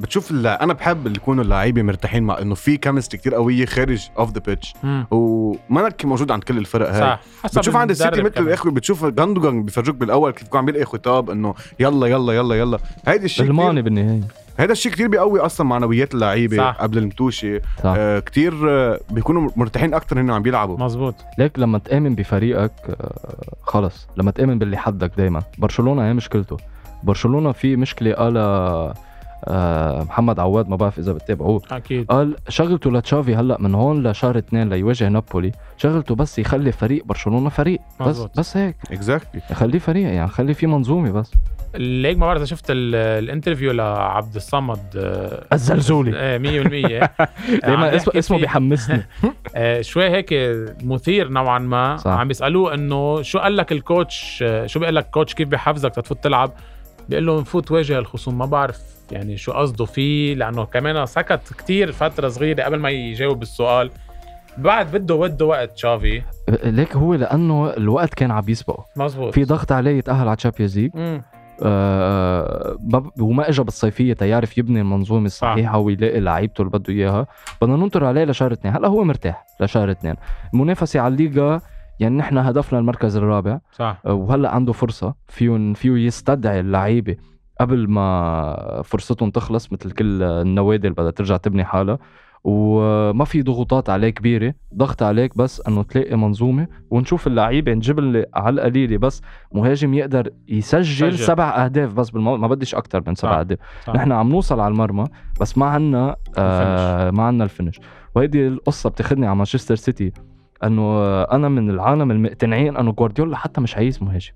S2: بتشوف ال- انا بحب اللي يكونوا اللعيبه مرتاحين مع انه في كيمستري كتير قويه خارج اوف ذا بيتش
S3: مم.
S2: ومنك موجود عند كل الفرق هاي
S3: صح حسب
S2: بتشوف عند السيتي
S3: المدرب
S2: مثل
S3: كمان.
S2: الاخوه بتشوف جندوجان بيفرجوك بالاول كيف كان عم يلقي خطاب انه يلا يلا يلا يلا هيدي الشيء
S1: الماني
S2: كتير
S1: بالنهايه
S2: هيدا الشيء كثير بيقوي اصلا معنويات اللعيبه
S3: صح.
S2: قبل المتوشه
S1: صح.
S2: آه كثير آه بيكونوا مرتاحين اكثر هن عم بيلعبوا
S3: مزبوط
S1: ليك لما تآمن بفريقك آه، خلص لما تآمن باللي حدك دايما برشلونة هي مشكلته برشلونة في مشكلة قال محمد عواد ما بعرف إذا بتتابعوه
S3: اكيد
S1: قال شغلته لتشافي هلا من هون لشهر اثنين ليواجه نابولي شغلته بس يخلي فريق برشلونة فريق بس
S3: مزبوط.
S1: بس هيك
S2: اكزاكتلي
S1: خليه فريق يعني خليه في منظومة بس
S3: ليك ما بعرف اذا شفت ال- الانترفيو لعبد الصمد آه،
S1: *laughs* الزلزولي
S3: ايه 100% عم
S1: دايما اسمه
S3: يحكي
S1: اسمه
S3: فيه- *laughs*
S1: بيحمسني
S3: آه، شوي هيك مثير نوعا ما
S1: صح.
S3: عم بيسالوه انه شو قال لك الكوتش آه، شو بيقول لك الكوتش كيف بحفزك تفوت تلعب بيقول له نفوت واجه الخصوم ما بعرف يعني شو قصده فيه لانه كمان سكت كتير فتره صغيره قبل ما يجاوب السؤال بعد بده وده وقت تشافي
S1: ليك هو لأنه الوقت كان عم يسبقه
S3: مزبوط
S1: في ضغط عليه يتأهل على تشامبيونز ليج
S3: مم.
S1: آه، ما- وما اجى بالصيفيه تيعرف يبني المنظومه الصحيحه ويلاقي لعيبته اللي بده اياها بدنا ننطر عليه لشهر اثنين هلا هو مرتاح لشهر اثنين المنافسه على الليغا يعني نحن هدفنا المركز الرابع
S3: صح
S1: آه، وهلا عنده فرصه فيهم فيه يستدعي اللعيبه قبل ما فرصتهم تخلص مثل كل النوادي اللي بدها ترجع تبني حالها وما في ضغوطات عليه كبيره ضغط عليك بس انه تلاقي منظومه ونشوف اللعيبه نجيب اللي على القليله بس مهاجم يقدر يسجل
S3: سجل.
S1: سبع اهداف بس بالمو... ما بديش اكثر من سبع
S3: صح،
S1: اهداف
S3: صح.
S1: نحن عم نوصل على المرمى بس ما عنا آه ما عنا الفينش وهيدي القصه بتاخذني على مانشستر سيتي انه آه، انا من العالم المقتنعين انه جوارديولا حتى مش عايز مهاجم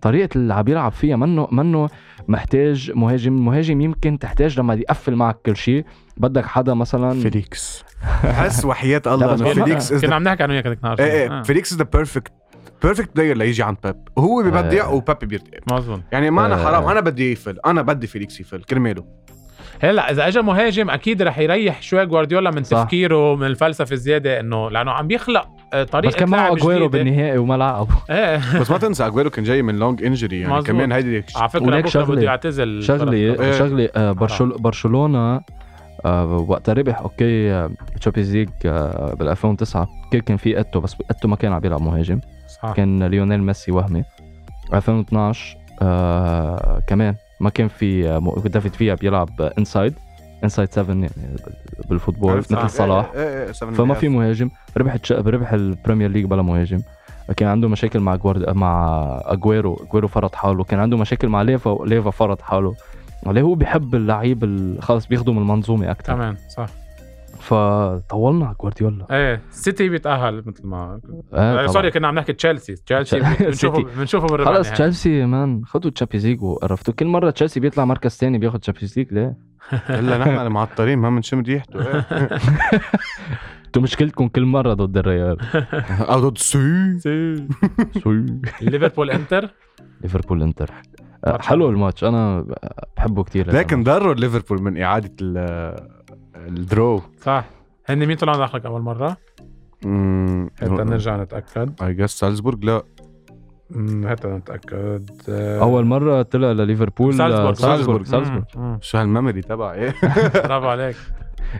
S1: طريقه اللي عم يلعب فيها منه منه محتاج مهاجم مهاجم يمكن تحتاج لما يقفل معك كل شيء بدك حدا مثلا
S2: فيليكس بحس وحياه الله
S1: لا، بس
S2: انه
S1: هو-
S2: فيليكس از
S3: كنا عم نحكي عنه اياك هيك نهار
S1: إيه،
S2: ايه ايه
S3: آه،
S2: فيليكس از ذا بيرفكت بيرفكت بلاير ليجي عند بيب هو ببدع
S1: آه.
S2: وبيب بيرتقب
S3: مظبوط
S2: يعني ما انا
S1: آه.
S2: حرام انا بدي يفل انا بدي فيليكس يفل
S3: *laughs*
S2: كرماله
S3: هلا اذا اجى مهاجم اكيد رح يريح شوي جوارديولا من
S1: صح.
S3: صح. تفكيره من الفلسفه الزياده انه لانه عم يخلق آه،
S1: بس
S3: طريقه
S1: كان معه
S3: لعب
S1: اجويرو
S3: جديدة.
S1: بالنهائي وما لعب
S3: ايه
S2: بس ما تنسى اجويرو كان جاي من لونج انجري يعني
S3: مزبوط.
S2: كمان هيدي
S3: على فكره
S1: وليك
S3: بكره
S1: شغلة-
S3: بده يعتزل
S1: شغله
S2: إيه.
S1: شغله آه، برشل برشلونه آه، وقت ربح اوكي آه، تشامبيونز ليج آه، بال 2009 كيف كان في اتو بس اتو ما كان عم يلعب مهاجم
S3: آه.
S1: كان ليونيل ميسي وهمي 2012 آه كمان ما كان في آه، مو- دافيد فيا بيلعب انسايد انسايد 7 يعني بالفوتبول
S2: عرفت؟ آه،
S1: مثل صلاح
S2: إيه، إيه، إيه، سبعين
S1: فما
S2: دقيقة.
S1: في مهاجم ربح تش... ربح البريمير ليج بلا مهاجم كان عنده مشاكل مع جوارد... مع اجويرو اجويرو فرط حاله كان عنده مشاكل مع ليفا ليفا فرط حاله عليه هو بيحب اللعيب ال- خلص بيخدم المنظومه اكثر
S3: كمان صح
S1: فطولنا على جوارديولا
S3: ايه السيتي بيتاهل مثل ما
S1: آه
S3: آه
S1: طبعاً.
S3: سوري يعني. كنا عم نحكي تشيلسي تشيلسي
S1: تشيل-
S3: بنشوفه
S1: سيتي.
S3: بنشوفه بالربع
S1: خلص
S3: النهائي.
S1: تشيلسي مان خدوا تشامبيونز ليج وقرفتوا كل مره تشيلسي بيطلع مركز ثاني بياخذ تشامبيونز ليج ليه؟
S2: هلا نحن المعطرين ما بنشم
S3: *laughs*
S2: ريحته إيه.
S1: انتوا مشكلتكم كل مره ضد الريال *laughs*
S2: او ضد سوي
S3: سي. ليفربول انتر
S1: ليفربول انتر آه،
S3: ماتش حلو.
S1: حلو الماتش انا بحبه كثير
S2: لكن ضروا ليفربول من اعاده ال- الدرو
S3: صح هن مين طلعوا داخلك اول مره؟ حتى نرجع نتاكد
S2: اي جاس سالزبورغ لا
S3: أمم، حتى نتاكد آه،
S1: اول مره طلع لليفربول
S3: سالزبورغ.
S1: آه، سالزبورغ سالزبورغ
S3: أمم، أمم،
S2: شو هالميموري تبع ايه
S3: برافو عليك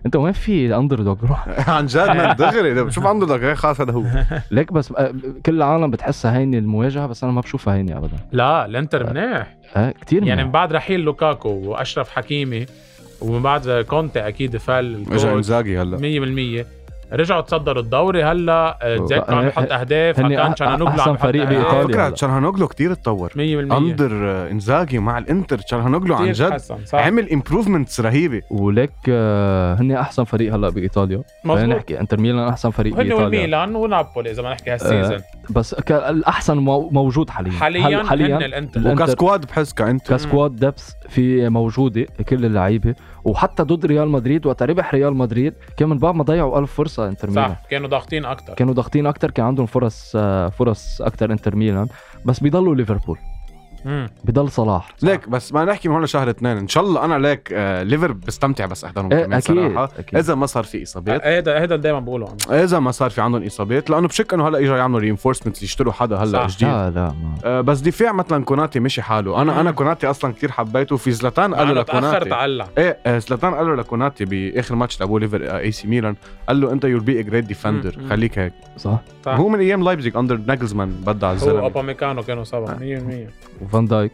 S1: انت وين في اندر دوغ روح
S2: *laughs*
S3: *laughs*
S2: عن جد من دغري ده بشوف عنده دغري خلاص هذا هو
S1: ليك بس آه، كل العالم بتحسها هيني المواجهه بس انا ما بشوفها هيني ابدا
S3: لا الانتر منيح
S1: آه كثير
S3: يعني
S1: يعني
S3: من بعد رحيل لوكاكو واشرف حكيمي ومن بعد كونتي اكيد فال
S2: اجى
S3: الكوتش،
S2: انزاجي هلا
S3: 100% رجعوا تصدروا الدوري هلا آه، زيكو عم يحط اهداف
S1: هن
S3: حكان
S1: أح-
S3: شانانوغلو
S1: أحسن
S3: عم يحط
S1: فريق
S3: أهداف.
S1: بإيطاليا.
S2: آه، فكرة
S1: هلا.
S2: تشالهانوغلو كتير اتطور
S3: 100%
S2: اندر آه، انزاجي مع الانتر تشالهانوغلو عن
S3: كتير
S2: جد
S3: تحسن، صح
S2: عمل امبروفمنتس رهيبه
S1: وليك آه، هن احسن فريق هلا بايطاليا خلينا
S3: مظبوط
S1: نحكي انتر ميلان احسن فريق
S3: هن
S1: بايطاليا
S3: والميلان ونابولي اذا ما نحكي هالسيزون
S1: بس ك- الاحسن مو- موجود حاليا هل-
S3: حاليا حاليا هن
S1: حاليا
S3: الانتر
S1: الإنتر.
S2: وكاسكواد بحس كانتر
S1: كسكواد دبس في موجوده كل اللعيبه وحتى ضد ريال مدريد وقت ربح ريال مدريد كان من بعد ما ضيعوا ألف فرصه انتر ميلان
S3: صح كانوا ضاغطين اكثر
S1: كانوا ضاغطين اكثر كان عندهم فرص آه، فرص اكثر انتر ميلان بس بيضلوا ليفربول بضل صلاح
S2: ليك بس ما نحكي من هون لشهر اثنين ان شاء الله انا ليك آه ليفر بستمتع بس احضرهم
S1: إيه،
S2: كمان
S1: أكيد،
S2: صراحه
S1: أكيد.
S2: اذا ما صار في اصابات
S3: هيدا هيدا دائما بقولوا عنه.
S2: اذا ما صار في عندهم اصابات لانه بشك انه هلا اجوا يعملوا رينفورسمنت يشتروا حدا هلا
S3: صح.
S2: جديد
S1: لا لا ما
S2: آه، بس دفاع مثلا كوناتي مشي حاله انا انا كوناتي اصلا كتير حبيته في زلاتان قال له
S3: انا تاخر
S2: لكوناتي
S3: تعلق
S2: ايه آه، زلاتان قال له لكوناتي باخر ماتش لعبوه ليفر آه، اي سي ميلان قال له انت يور بي ا جريت
S3: مم.
S2: ديفندر خليك هيك
S1: صح
S3: صح.
S2: هو من ايام لايبزيج اندر ناجلزمان بدع
S3: هو
S2: الزلمه
S3: اوباميكانو كانوا
S1: آه.
S3: سوا 100%
S1: وفان دايك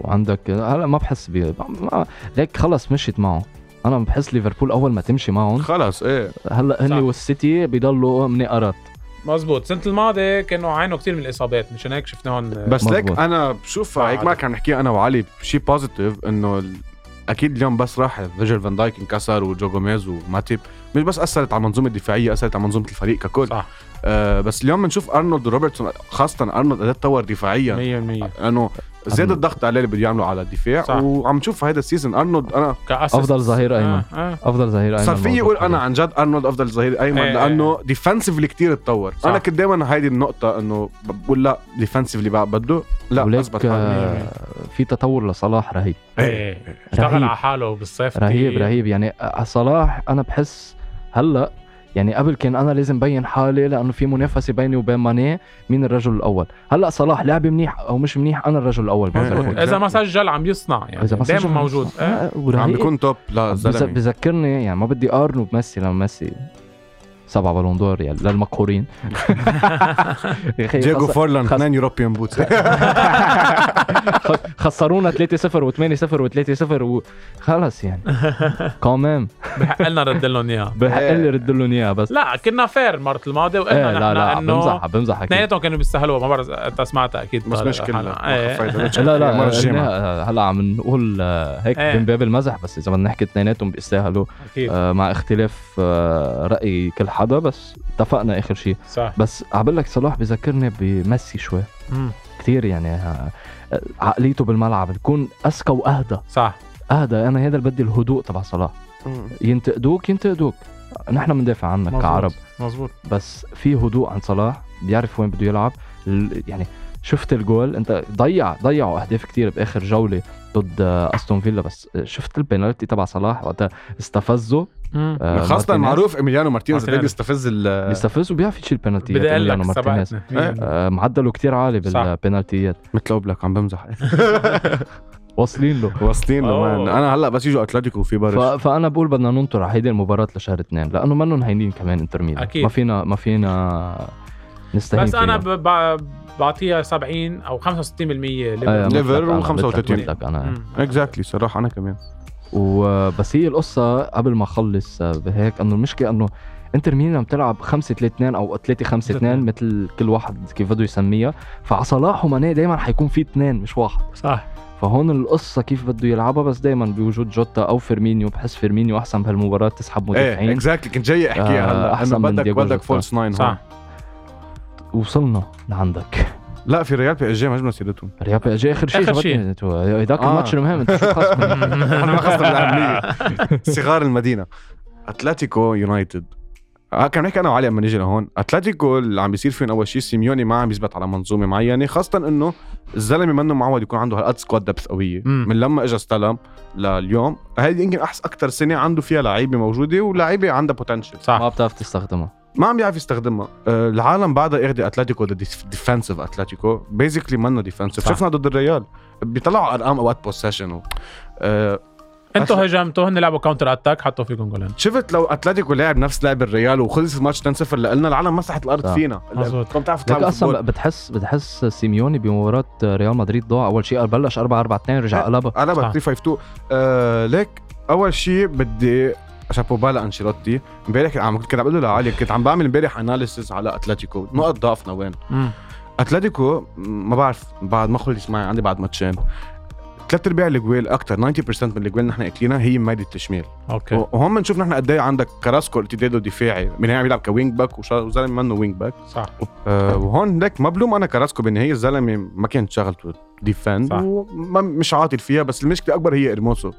S1: وعندك هلا ما بحس بي ما... ليك خلص مشيت معه انا بحس ليفربول اول ما تمشي معهم
S2: خلص ايه
S1: هلا هن
S3: صح.
S1: والسيتي بيضلوا منقرات
S3: مزبوط سنة الماضي كانوا عانوا كثير من الإصابات مشان هيك شفناهم آه،
S2: بس ليك
S1: مزبوط.
S2: انا بشوفها هيك ما كان نحكيها انا وعلي شيء بوزيتيف انه ال- اكيد اليوم بس راح فيجل فان دايك انكسر وجو جوميز وماتيب مش بس اثرت على المنظومه الدفاعيه اثرت على منظومه الفريق ككل
S3: صح
S2: آه بس اليوم بنشوف ارنولد وروبرتسون خاصه ارنولد قد تطور دفاعيا
S3: 100%
S2: لانه زاد
S1: أرنولد.
S2: الضغط عليه اللي بده يعمله على الدفاع
S3: صح.
S2: وعم نشوف هذا السيزون ارنولد انا
S3: كأسس
S1: أفضل ظهير أيمن.
S3: آه. آه.
S1: افضل ظهير ايمن
S2: صار في
S1: موجود
S2: يقول انا
S1: حالياً.
S2: عن جد ارنولد افضل ظهير ايمن
S3: إيه إيه.
S2: لانه ديفنسفلي كتير اتطور
S3: صح.
S2: انا كنت دائما هيدي النقطه انه بقول لا ديفنسفلي بقى بده لا
S1: وليك،
S2: اثبت حالي.
S1: آه، في تطور لصلاح رهيب
S3: إيه. اشتغل
S1: رهيب.
S3: على حاله بالصيف
S1: رهيب رهيب يعني أ- صلاح انا بحس هلا يعني قبل كان انا لازم بين حالي لانه في منافسه بيني وبين ماني مين الرجل الاول هلا صلاح لعب منيح او مش منيح انا الرجل الاول
S2: إيه.
S1: بليفربول
S3: إذا ما سجل عم يصنع آه، يعني
S1: إذا ما
S3: دائما
S1: سجل-
S3: موجود آه.
S1: آه، ورهيب.
S2: عم بيكون توب لا
S1: بز-
S2: زلمه
S1: بذكرني يعني ما بدي اقارنه بميسي لما ميسي سبعة بالون دور يعني
S3: *laughs*
S1: للمقهورين يا أخي
S2: دياغو
S1: خس-
S2: فورلان
S1: خس-
S2: اثنين
S1: *laughs*
S2: يوروبيان بوتس
S1: خسرونا 3-0 و8-0 و3-0 وخلص
S3: *laughs*
S1: يعني كمان
S3: بحق لنا رد لهم إياه
S1: بحق لي رد لهم اياها بس
S3: لا كنا فير مرة الماضي
S1: ايه
S3: وقلنا
S1: لا لا
S3: نحن
S1: عم بمزح
S3: إنه
S1: عم بمزح أكيد.
S3: اثنيناتهم كانوا بيستاهلوها ما بعرف إذا انت سمعتها اكيد
S2: بس
S3: طارق
S2: مش كلها
S3: حنا.
S2: ما
S3: إيه.
S2: خفيت.
S1: لا لا
S2: مرة الجمعة.
S1: قلناها، هلا عم نقول آه، هيك
S3: إيه.
S1: من باب المزح بس اذا بدنا نحكي اثنيناتهم بيستاهلوا
S3: اكيد
S1: آه، مع اختلاف آه، راي كل حدا بس اتفقنا اخر شيء
S3: صح
S1: بس عم بقول لك صلاح بذكرني بميسي شوي
S3: مم.
S1: كثير يعني آه، عقليته بالملعب تكون اذكى واهدى
S3: صح
S1: اهدى انا هذا اللي بدي الهدوء تبع صلاح ينتقدوك ينتقدوك نحن بندافع عنك
S3: مزبوط.
S1: كعرب
S3: مزبوط
S1: بس في هدوء عند صلاح بيعرف وين بده يلعب ال- يعني شفت الجول انت ضيع ضيعوا اهداف كتير باخر جوله ضد آه، استون فيلا بس آه، شفت البنالتي تبع صلاح وقتها استفزه
S3: مم.
S1: آه،
S2: خاصة
S1: مارتينيز.
S2: معروف اميليانو مارتينيز آه،
S3: مارتينيز.
S2: قد بيستفز ال
S1: بيستفز وبيعرف يشيل بنالتيات
S3: بدي اقول
S1: إميليانو
S3: لك
S1: مارتينيز.
S3: سبقتنا
S1: آه، معدله كتير عالي
S3: صح.
S1: بالبنالتيات
S2: مثل اوبلاك
S1: *laughs*
S2: عم بمزح
S1: واصلين
S3: *laughs*
S1: له
S2: واصلين له
S3: أوه.
S2: مان انا هلا بس يجوا اتلتيكو وفي
S1: ف...
S2: برش
S1: فانا بقول بدنا ننطر على هيدي المباراه لشهر اثنين لانه منهم هينين كمان انتر ميلان
S3: أكيد.
S1: ما فينا ما فينا نستهين
S3: بس انا
S1: فيهم.
S3: ب- ب- بعطيها 70 او 65%
S1: آه،
S3: ليفر
S1: مثلك
S2: ليفر
S1: أنا،
S2: و35.
S1: مثلك- مثلك انا
S3: مم.
S2: اكزاكتلي صراحه انا كمان
S1: وبس هي القصه قبل ما اخلص بهيك انه المشكله انه انتر ميلان عم تلعب 5 3 2 او 3 5 2 مثل كل واحد كيف بده يسميها فعلى صلاح وماني دائما حيكون في اثنين مش واحد
S4: صح
S1: فهون القصه كيف بده يلعبها بس دائما بوجود جوتا او فيرمينيو بحس فيرمينيو احسن بهالمباراه تسحب
S2: ايه
S1: مدافعين
S2: اكزاكتلي كنت جاي احكيها
S1: آه،
S2: هلا
S1: أحسن
S2: انه
S1: من
S2: بدك
S1: دياجو
S2: بدك
S1: جوتا.
S2: فولس ناين
S3: صح
S2: صح *laughs*
S1: وصلنا لعندك
S2: لا في ريال بي اس جي ما جبنا سيرتهم
S1: ريال بي إس جي اخر شيء
S3: آخر شي.
S1: هذاك
S2: آه.
S1: الماتش المهم انت شو خصمك
S3: *laughs*
S2: انا ما خصم الاهميه *laughs* صغار المدينه اتلتيكو يونايتد آه، كان نحكي انا وعلي لما نيجي لهون اتلتيكو اللي عم بيصير فيهم اول شيء سيميوني ما عم يثبت على منظومه معينه خاصه انه الزلمه منه معود يكون عنده هالقد سكواد دبث قويه
S3: مم.
S2: من لما اجى استلم لليوم هذه يمكن احسن اكثر سنه عنده فيها لعيبه موجوده ولاعيبه عندها بوتنشل
S1: ما
S3: صح
S1: بتعرف تستخدمها
S2: ما عم بيعرف يستخدمها آه، العالم بعدها اخذ اتلتيكو ذا ديفنسيف اتلتيكو بيزيكلي منه ديفنسيف
S3: صح.
S2: شفنا ضد الريال بيطلعوا ارقام اوقات بوسيشن و... آه،
S3: انتوا هجمتوا هن لعبوا كاونتر اتاك حطوا فيكم جولين
S2: شفت لو اتلتيكو لعب نفس لعب الريال وخلص الماتش 2-0 لقلنا العالم مسحت الارض
S1: صح.
S2: فينا
S3: مزبوط.
S2: كنت بتعرف
S1: لك
S2: تلعب
S1: اصلا
S2: فوتبول
S1: بتحس بتحس سيميوني بمباراه ريال مدريد ضاع اول شيء بلش 4 4 2 رجع قلبها
S2: انا
S3: صح.
S2: بقى 3 5 2 آه ليك اول شيء بدي شابوبا لانشيلوتي امبارح كنت عم كنت عم بقول له لعلي كنت عم بعمل امبارح اناليسيس على اتلتيكو نقط ضعفنا وين اتلتيكو م- ما بعرف بعد ما خلص معي عندي بعد ماتشين ثلاث ارباع الجوال اكثر 90% من الجوال نحن اكلينها هي من ميدة التشميل
S3: اوكي
S2: وهم بنشوف نحن قد ايه عندك كراسكو ارتداده دفاعي من هي عم يلعب كوينج باك وشا- وزلمه منه وينج باك
S3: صح
S2: آه، وهون لك ما بلوم انا كراسكو بالنهايه الزلمه ما كانت شغلته ديفند
S3: صح.
S2: ومش عاطل فيها بس المشكله الاكبر هي ارموسو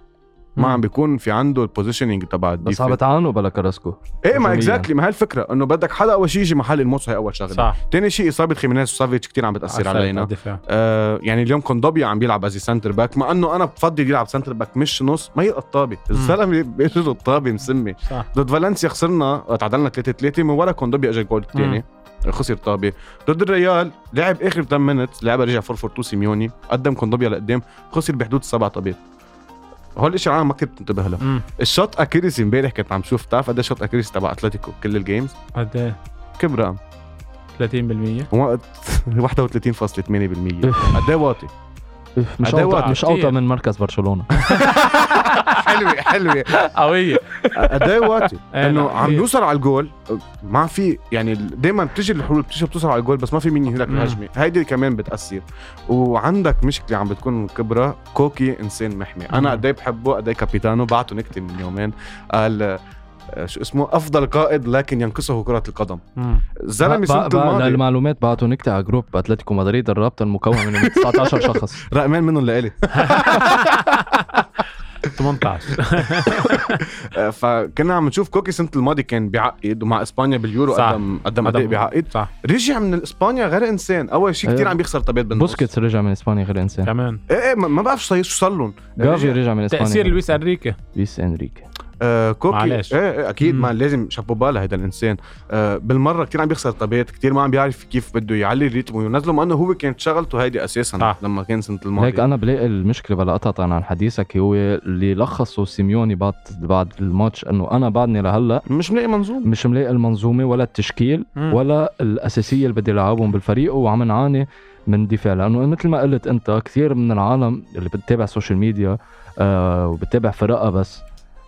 S2: ما
S3: مم.
S2: عم بيكون في عنده البوزيشننج تبع
S1: بس
S2: الديفند
S1: عم بتعانوا بلا كراسكو
S2: ايه ما
S1: هجومياً.
S2: اكزاكتلي ما هالفكره انه بدك حدا اول شيء يجي محل ارموسو هي اول شغله
S3: صح
S2: تاني شيء اصابه خيمينيز وسافيتش كتير عم بتاثر
S3: عفوا،
S2: علينا
S3: الدفاع.
S2: آه يعني اليوم كوندوبيا عم بيلعب از سنتر باك مع انه انا بفضل يلعب سنتر باك مش نص ما يلقى الطابه *laughs* الزلمه باجره الطابه مسمي
S3: صح
S2: ضد فالنسيا خسرنا تعادلنا 3 3 من ورا كوندوبيا اجى جول الثاني خسر طابه ضد الريال لعب اخر 8 مينت لعبه رجع 4 4 2 سيميوني قدم كوندوبيا لقدام خسر بحدود سبع طابات هول الشيء العالم ما كنت بتنتبه له
S3: امم
S2: الشوت اكيرسي امبارح كنت عم شوف بتعرف قد ايه شوت اكيرسي تبع اتلتيكو كل الجيمز
S3: قد ايه
S2: كم رقم
S3: 30%
S2: *laughs* وقت 31.8% قد ايه واطي
S1: إف، إيه، مش
S2: أدوات
S1: اوطى مش
S3: كتير.
S1: اوطى من مركز برشلونه
S2: حلوه حلوه
S3: قويه
S2: قد ايه
S3: *laughs*
S2: وقتي
S3: إيه،
S2: انه
S3: لا،
S2: عم
S3: كتير.
S2: يوصل على الجول ما في يعني دائما بتجي الحلول بتجي بتوصل على الجول بس ما في مين يهلك
S3: مم.
S2: الهجمه هيدي كمان بتاثر وعندك مشكله عم بتكون كبرى كوكي انسان محمي
S3: مم.
S2: انا قد ايه بحبه قد ايه كابيتانو بعته نكته من يومين قال آه، شو اسمه افضل قائد لكن ينقصه كره القدم
S3: مم.
S2: الزلمه سنه الماضي
S1: للمعلومات بعتوا نكتة على جروب اتلتيكو مدريد الرابطه المكون من 19 شخص
S2: رقمين منهم لإلي *laughs*
S1: *laughs*
S3: 18
S2: آه، فكنا عم نشوف كوكي سنه الماضي كان بيعقد ومع اسبانيا باليورو
S3: صح.
S2: قدم قدم اداء
S1: إيه
S3: قدم- أيوه.
S2: بيعقد
S3: صح
S2: رجع من اسبانيا غير انسان اول شيء كثير
S1: أيوة.
S2: عم بيخسر طبيعه بالنص
S1: بوسكيتس رجع من اسبانيا غير انسان
S3: كمان
S2: ايه ايه ما- ما بعرف شو صاير- شو صار لهم
S1: جافي رجع من اسبانيا
S3: تاثير
S1: غير
S3: لويس انريكي
S1: لويس انريكي
S2: آه كوكي
S3: معلش.
S2: ايه ايه اكيد
S3: مم.
S2: ما لازم شابوبا لهيدا الانسان آه بالمره كثير عم بيخسر طبيعته كثير ما عم بيعرف كيف بده يعلي الريتم وينزله مع انه هو كانت شغلته هيدي اساسا
S3: صح.
S2: لما كان سنه
S1: هيك
S2: الماضي
S1: انا بلاقي المشكله بلا قطعا عن حديثك هو اللي لخصوا سيميوني بعد بعد الماتش انه انا بعدني لهلا
S2: مش ملاقي منظومه
S1: مش ملاقي المنظومه ولا التشكيل
S3: مم.
S1: ولا الاساسيه اللي بدي العبهم بالفريق وعم نعاني من دفاع لانه مثل ما قلت انت كثير من العالم اللي بتتابع السوشيال ميديا آه وبتتابع فرقها بس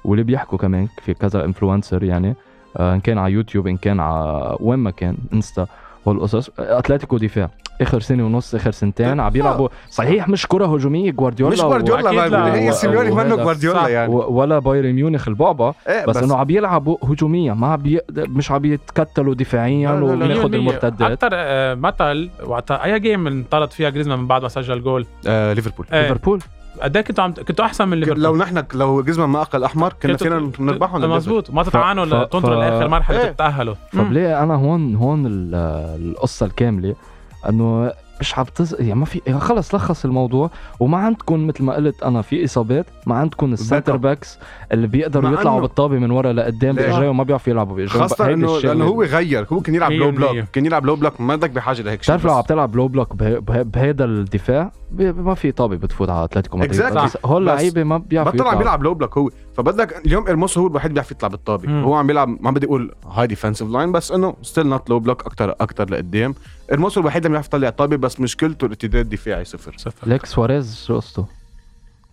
S1: واللي بيحكوا كمان في كذا انفلونسر يعني آه ان كان على يوتيوب ان كان على وين ما كان انستا والقصص آه، اتلتيكو دفاع اخر سنه ونص اخر سنتين عم بيلعبوا صحيح مش كره هجوميه جوارديولا
S2: مش
S1: و-
S2: جوارديولا إيه، بعد-
S3: أكيد لا.
S2: هي سيميوني
S1: وهيدا.
S2: منه جوارديولا
S3: صح.
S2: يعني
S1: و- ولا بايرن ميونخ البعبع
S2: ايه
S1: بس,
S2: بس,
S1: بس انه عم بيلعبوا هجوميا ما عم بي... مش عم بيتكتلوا دفاعيا
S2: لا، لا، لا،
S1: وبياخذ
S3: مليون مية.
S1: المرتدات
S3: اكثر آه، مثل وقت اي جيم انطرد فيها جريزمان من بعد ما سجل جول
S2: آه ليفربول
S3: إيه.
S1: ليفربول
S3: قد ايه كنتوا عم كنتوا احسن من ليفربول آه،
S2: لو نحن لو جزمان ما اقل احمر كنا
S3: كنتوا-
S2: فينا نربحهم لليفر.
S3: مزبوط ما تتعانوا
S1: ف-
S3: لتنطروا
S1: ف-
S3: لاخر مرحله
S2: إيه.
S3: تتاهلوا مم.
S1: فبلاقي انا هون هون ال- القصه الكامله انه مش عم تز... يعني ما في يعني خلص لخص الموضوع وما عندكم مثل ما قلت انا في اصابات ما عندكم السنتر
S2: أب.
S1: باكس اللي بيقدروا
S2: مع
S1: يطلعوا
S2: إنه-
S1: بالطابه من ورا لقدام
S2: ليه؟
S1: باجريهم ما بيعرفوا يلعبوا باجريهم
S2: خاصة
S1: هيدي
S2: انه
S1: الشغلة
S2: لانه هو
S1: اللي-
S2: غير هو كان يلعب لو
S3: 100%.
S2: بلوك كان يلعب لو بلوك ما بدك بحاجه لهيك شيء
S1: بتعرف لو
S2: بس-
S1: عم تلعب لو بلوك بهي- بهي- بهيدا الدفاع ب- ما في طابه بتفوت على اتلتيكو مدريد
S2: Exactly.
S1: بس هول
S2: بس
S1: لعيبه ما بيعرفوا
S2: بطل عم
S1: يطلعوا.
S2: بيلعب لو بلوك هو فبدك اليوم ارموسو هو الوحيد بيعرف يطلع بالطابه
S3: مم.
S2: هو عم بيلعب ما بدي اقول هاي ديفنسيف لاين بس انه ستيل نوت لو بلوك اكثر اكثر لقدام ارموسو الوحيد اللي بيعرف يطلع الطابه بس مشكلته الارتداد الدفاعي صفر
S3: صفر
S1: ليك سواريز شو قصته؟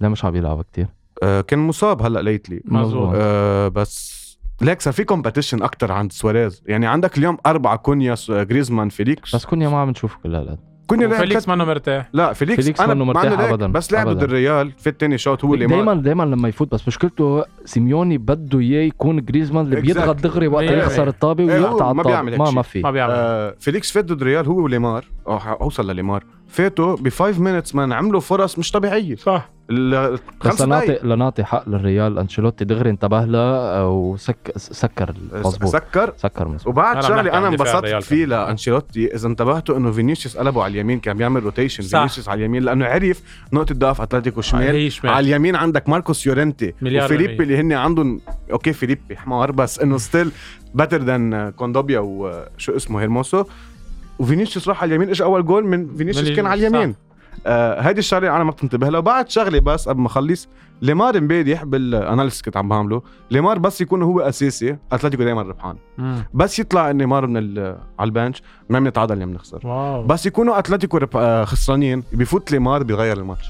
S1: لا مش عم يلعب كثير
S2: آه كان مصاب هلا ليتلي
S3: مظبوط.
S2: آه بس ليك صار في كومبetition اكثر عند سواريز يعني عندك اليوم اربعه كونيا س- جريزمان فيليكس
S1: بس كونيا ما عم نشوفه كل هالقد
S2: كونيا لعب
S3: فيليكس
S2: كت-
S3: منه مرتاح
S2: لا فيليكس,
S1: فيليكس
S2: انا
S1: منه
S2: ما
S1: مرتاح
S2: عنده ليك،
S1: أبداً.
S2: بس لعب ضد
S1: أبداً.
S2: الريال في الثاني شوت هو اللي ما-
S1: دائما دائما لما يفوت بس مشكلته سيميوني بده اياه يكون جريزمان اللي بيضغط
S2: Exactly.
S1: دغري وقت
S3: إيه،
S1: يخسر
S3: إيه.
S1: الطابه
S2: إيه،
S1: ويقطع
S2: هو ما
S1: الطابه
S2: بيعمل هيك
S1: ما
S2: شيء.
S1: ما في
S3: ما بيعمل
S2: آه فيليكس فات ضد الريال هو وليمار أو ح- اوصل لليمار فاتوا ب 5 مينتس مان عملوا فرص مش طبيعيه
S3: صح
S2: ال-
S1: بس
S2: خمس
S1: لنعطي
S2: دقايق
S1: لنعطي حق للريال انشيلوتي دغري انتبه لها وسك سكر مظبوط
S2: سكر
S1: سكر مظبوط
S2: وبعد
S3: أنا
S2: شغله
S3: بنحكي
S2: انا
S3: عن دفاع
S2: انبسطت
S3: الريال
S2: فيه لانشيلوتي اذا انتبهتوا انه فينيسيوس قلبه على اليمين كان بيعمل روتيشن
S3: صح.
S2: فينيسيوس على اليمين لانه عرف نقطه ضعف اتلتيكو شمال
S3: هي شمال.
S2: على اليمين عندك ماركوس يورنتي
S3: مليار
S2: وفيليبي
S3: بالمية.
S2: اللي هن عندهم اوكي فيليبي حمار بس انه ستيل باتر ذان آه، كوندوبيا وشو اسمه هيرموسو وفينيسيوس راح على اليمين اجى اول جول من فينيسيوس
S3: من
S2: كان على
S3: ال-
S2: اليمين آه هيدي الشغله اللي انا ما بتنتبه لها وبعد شغله بس قبل ما اخلص ليمار امبارح بالاناليسيس كنت عم بعمله ليمار بس يكون هو اساسي اتلتيكو دائما ربحان
S3: مم.
S2: بس يطلع نيمار من ال- على البنش ما بنتعادل يا بنخسر
S3: واو
S2: بس يكونوا اتلتيكو رب- آه، خسرانين بيفوت ليمار بيغير الماتش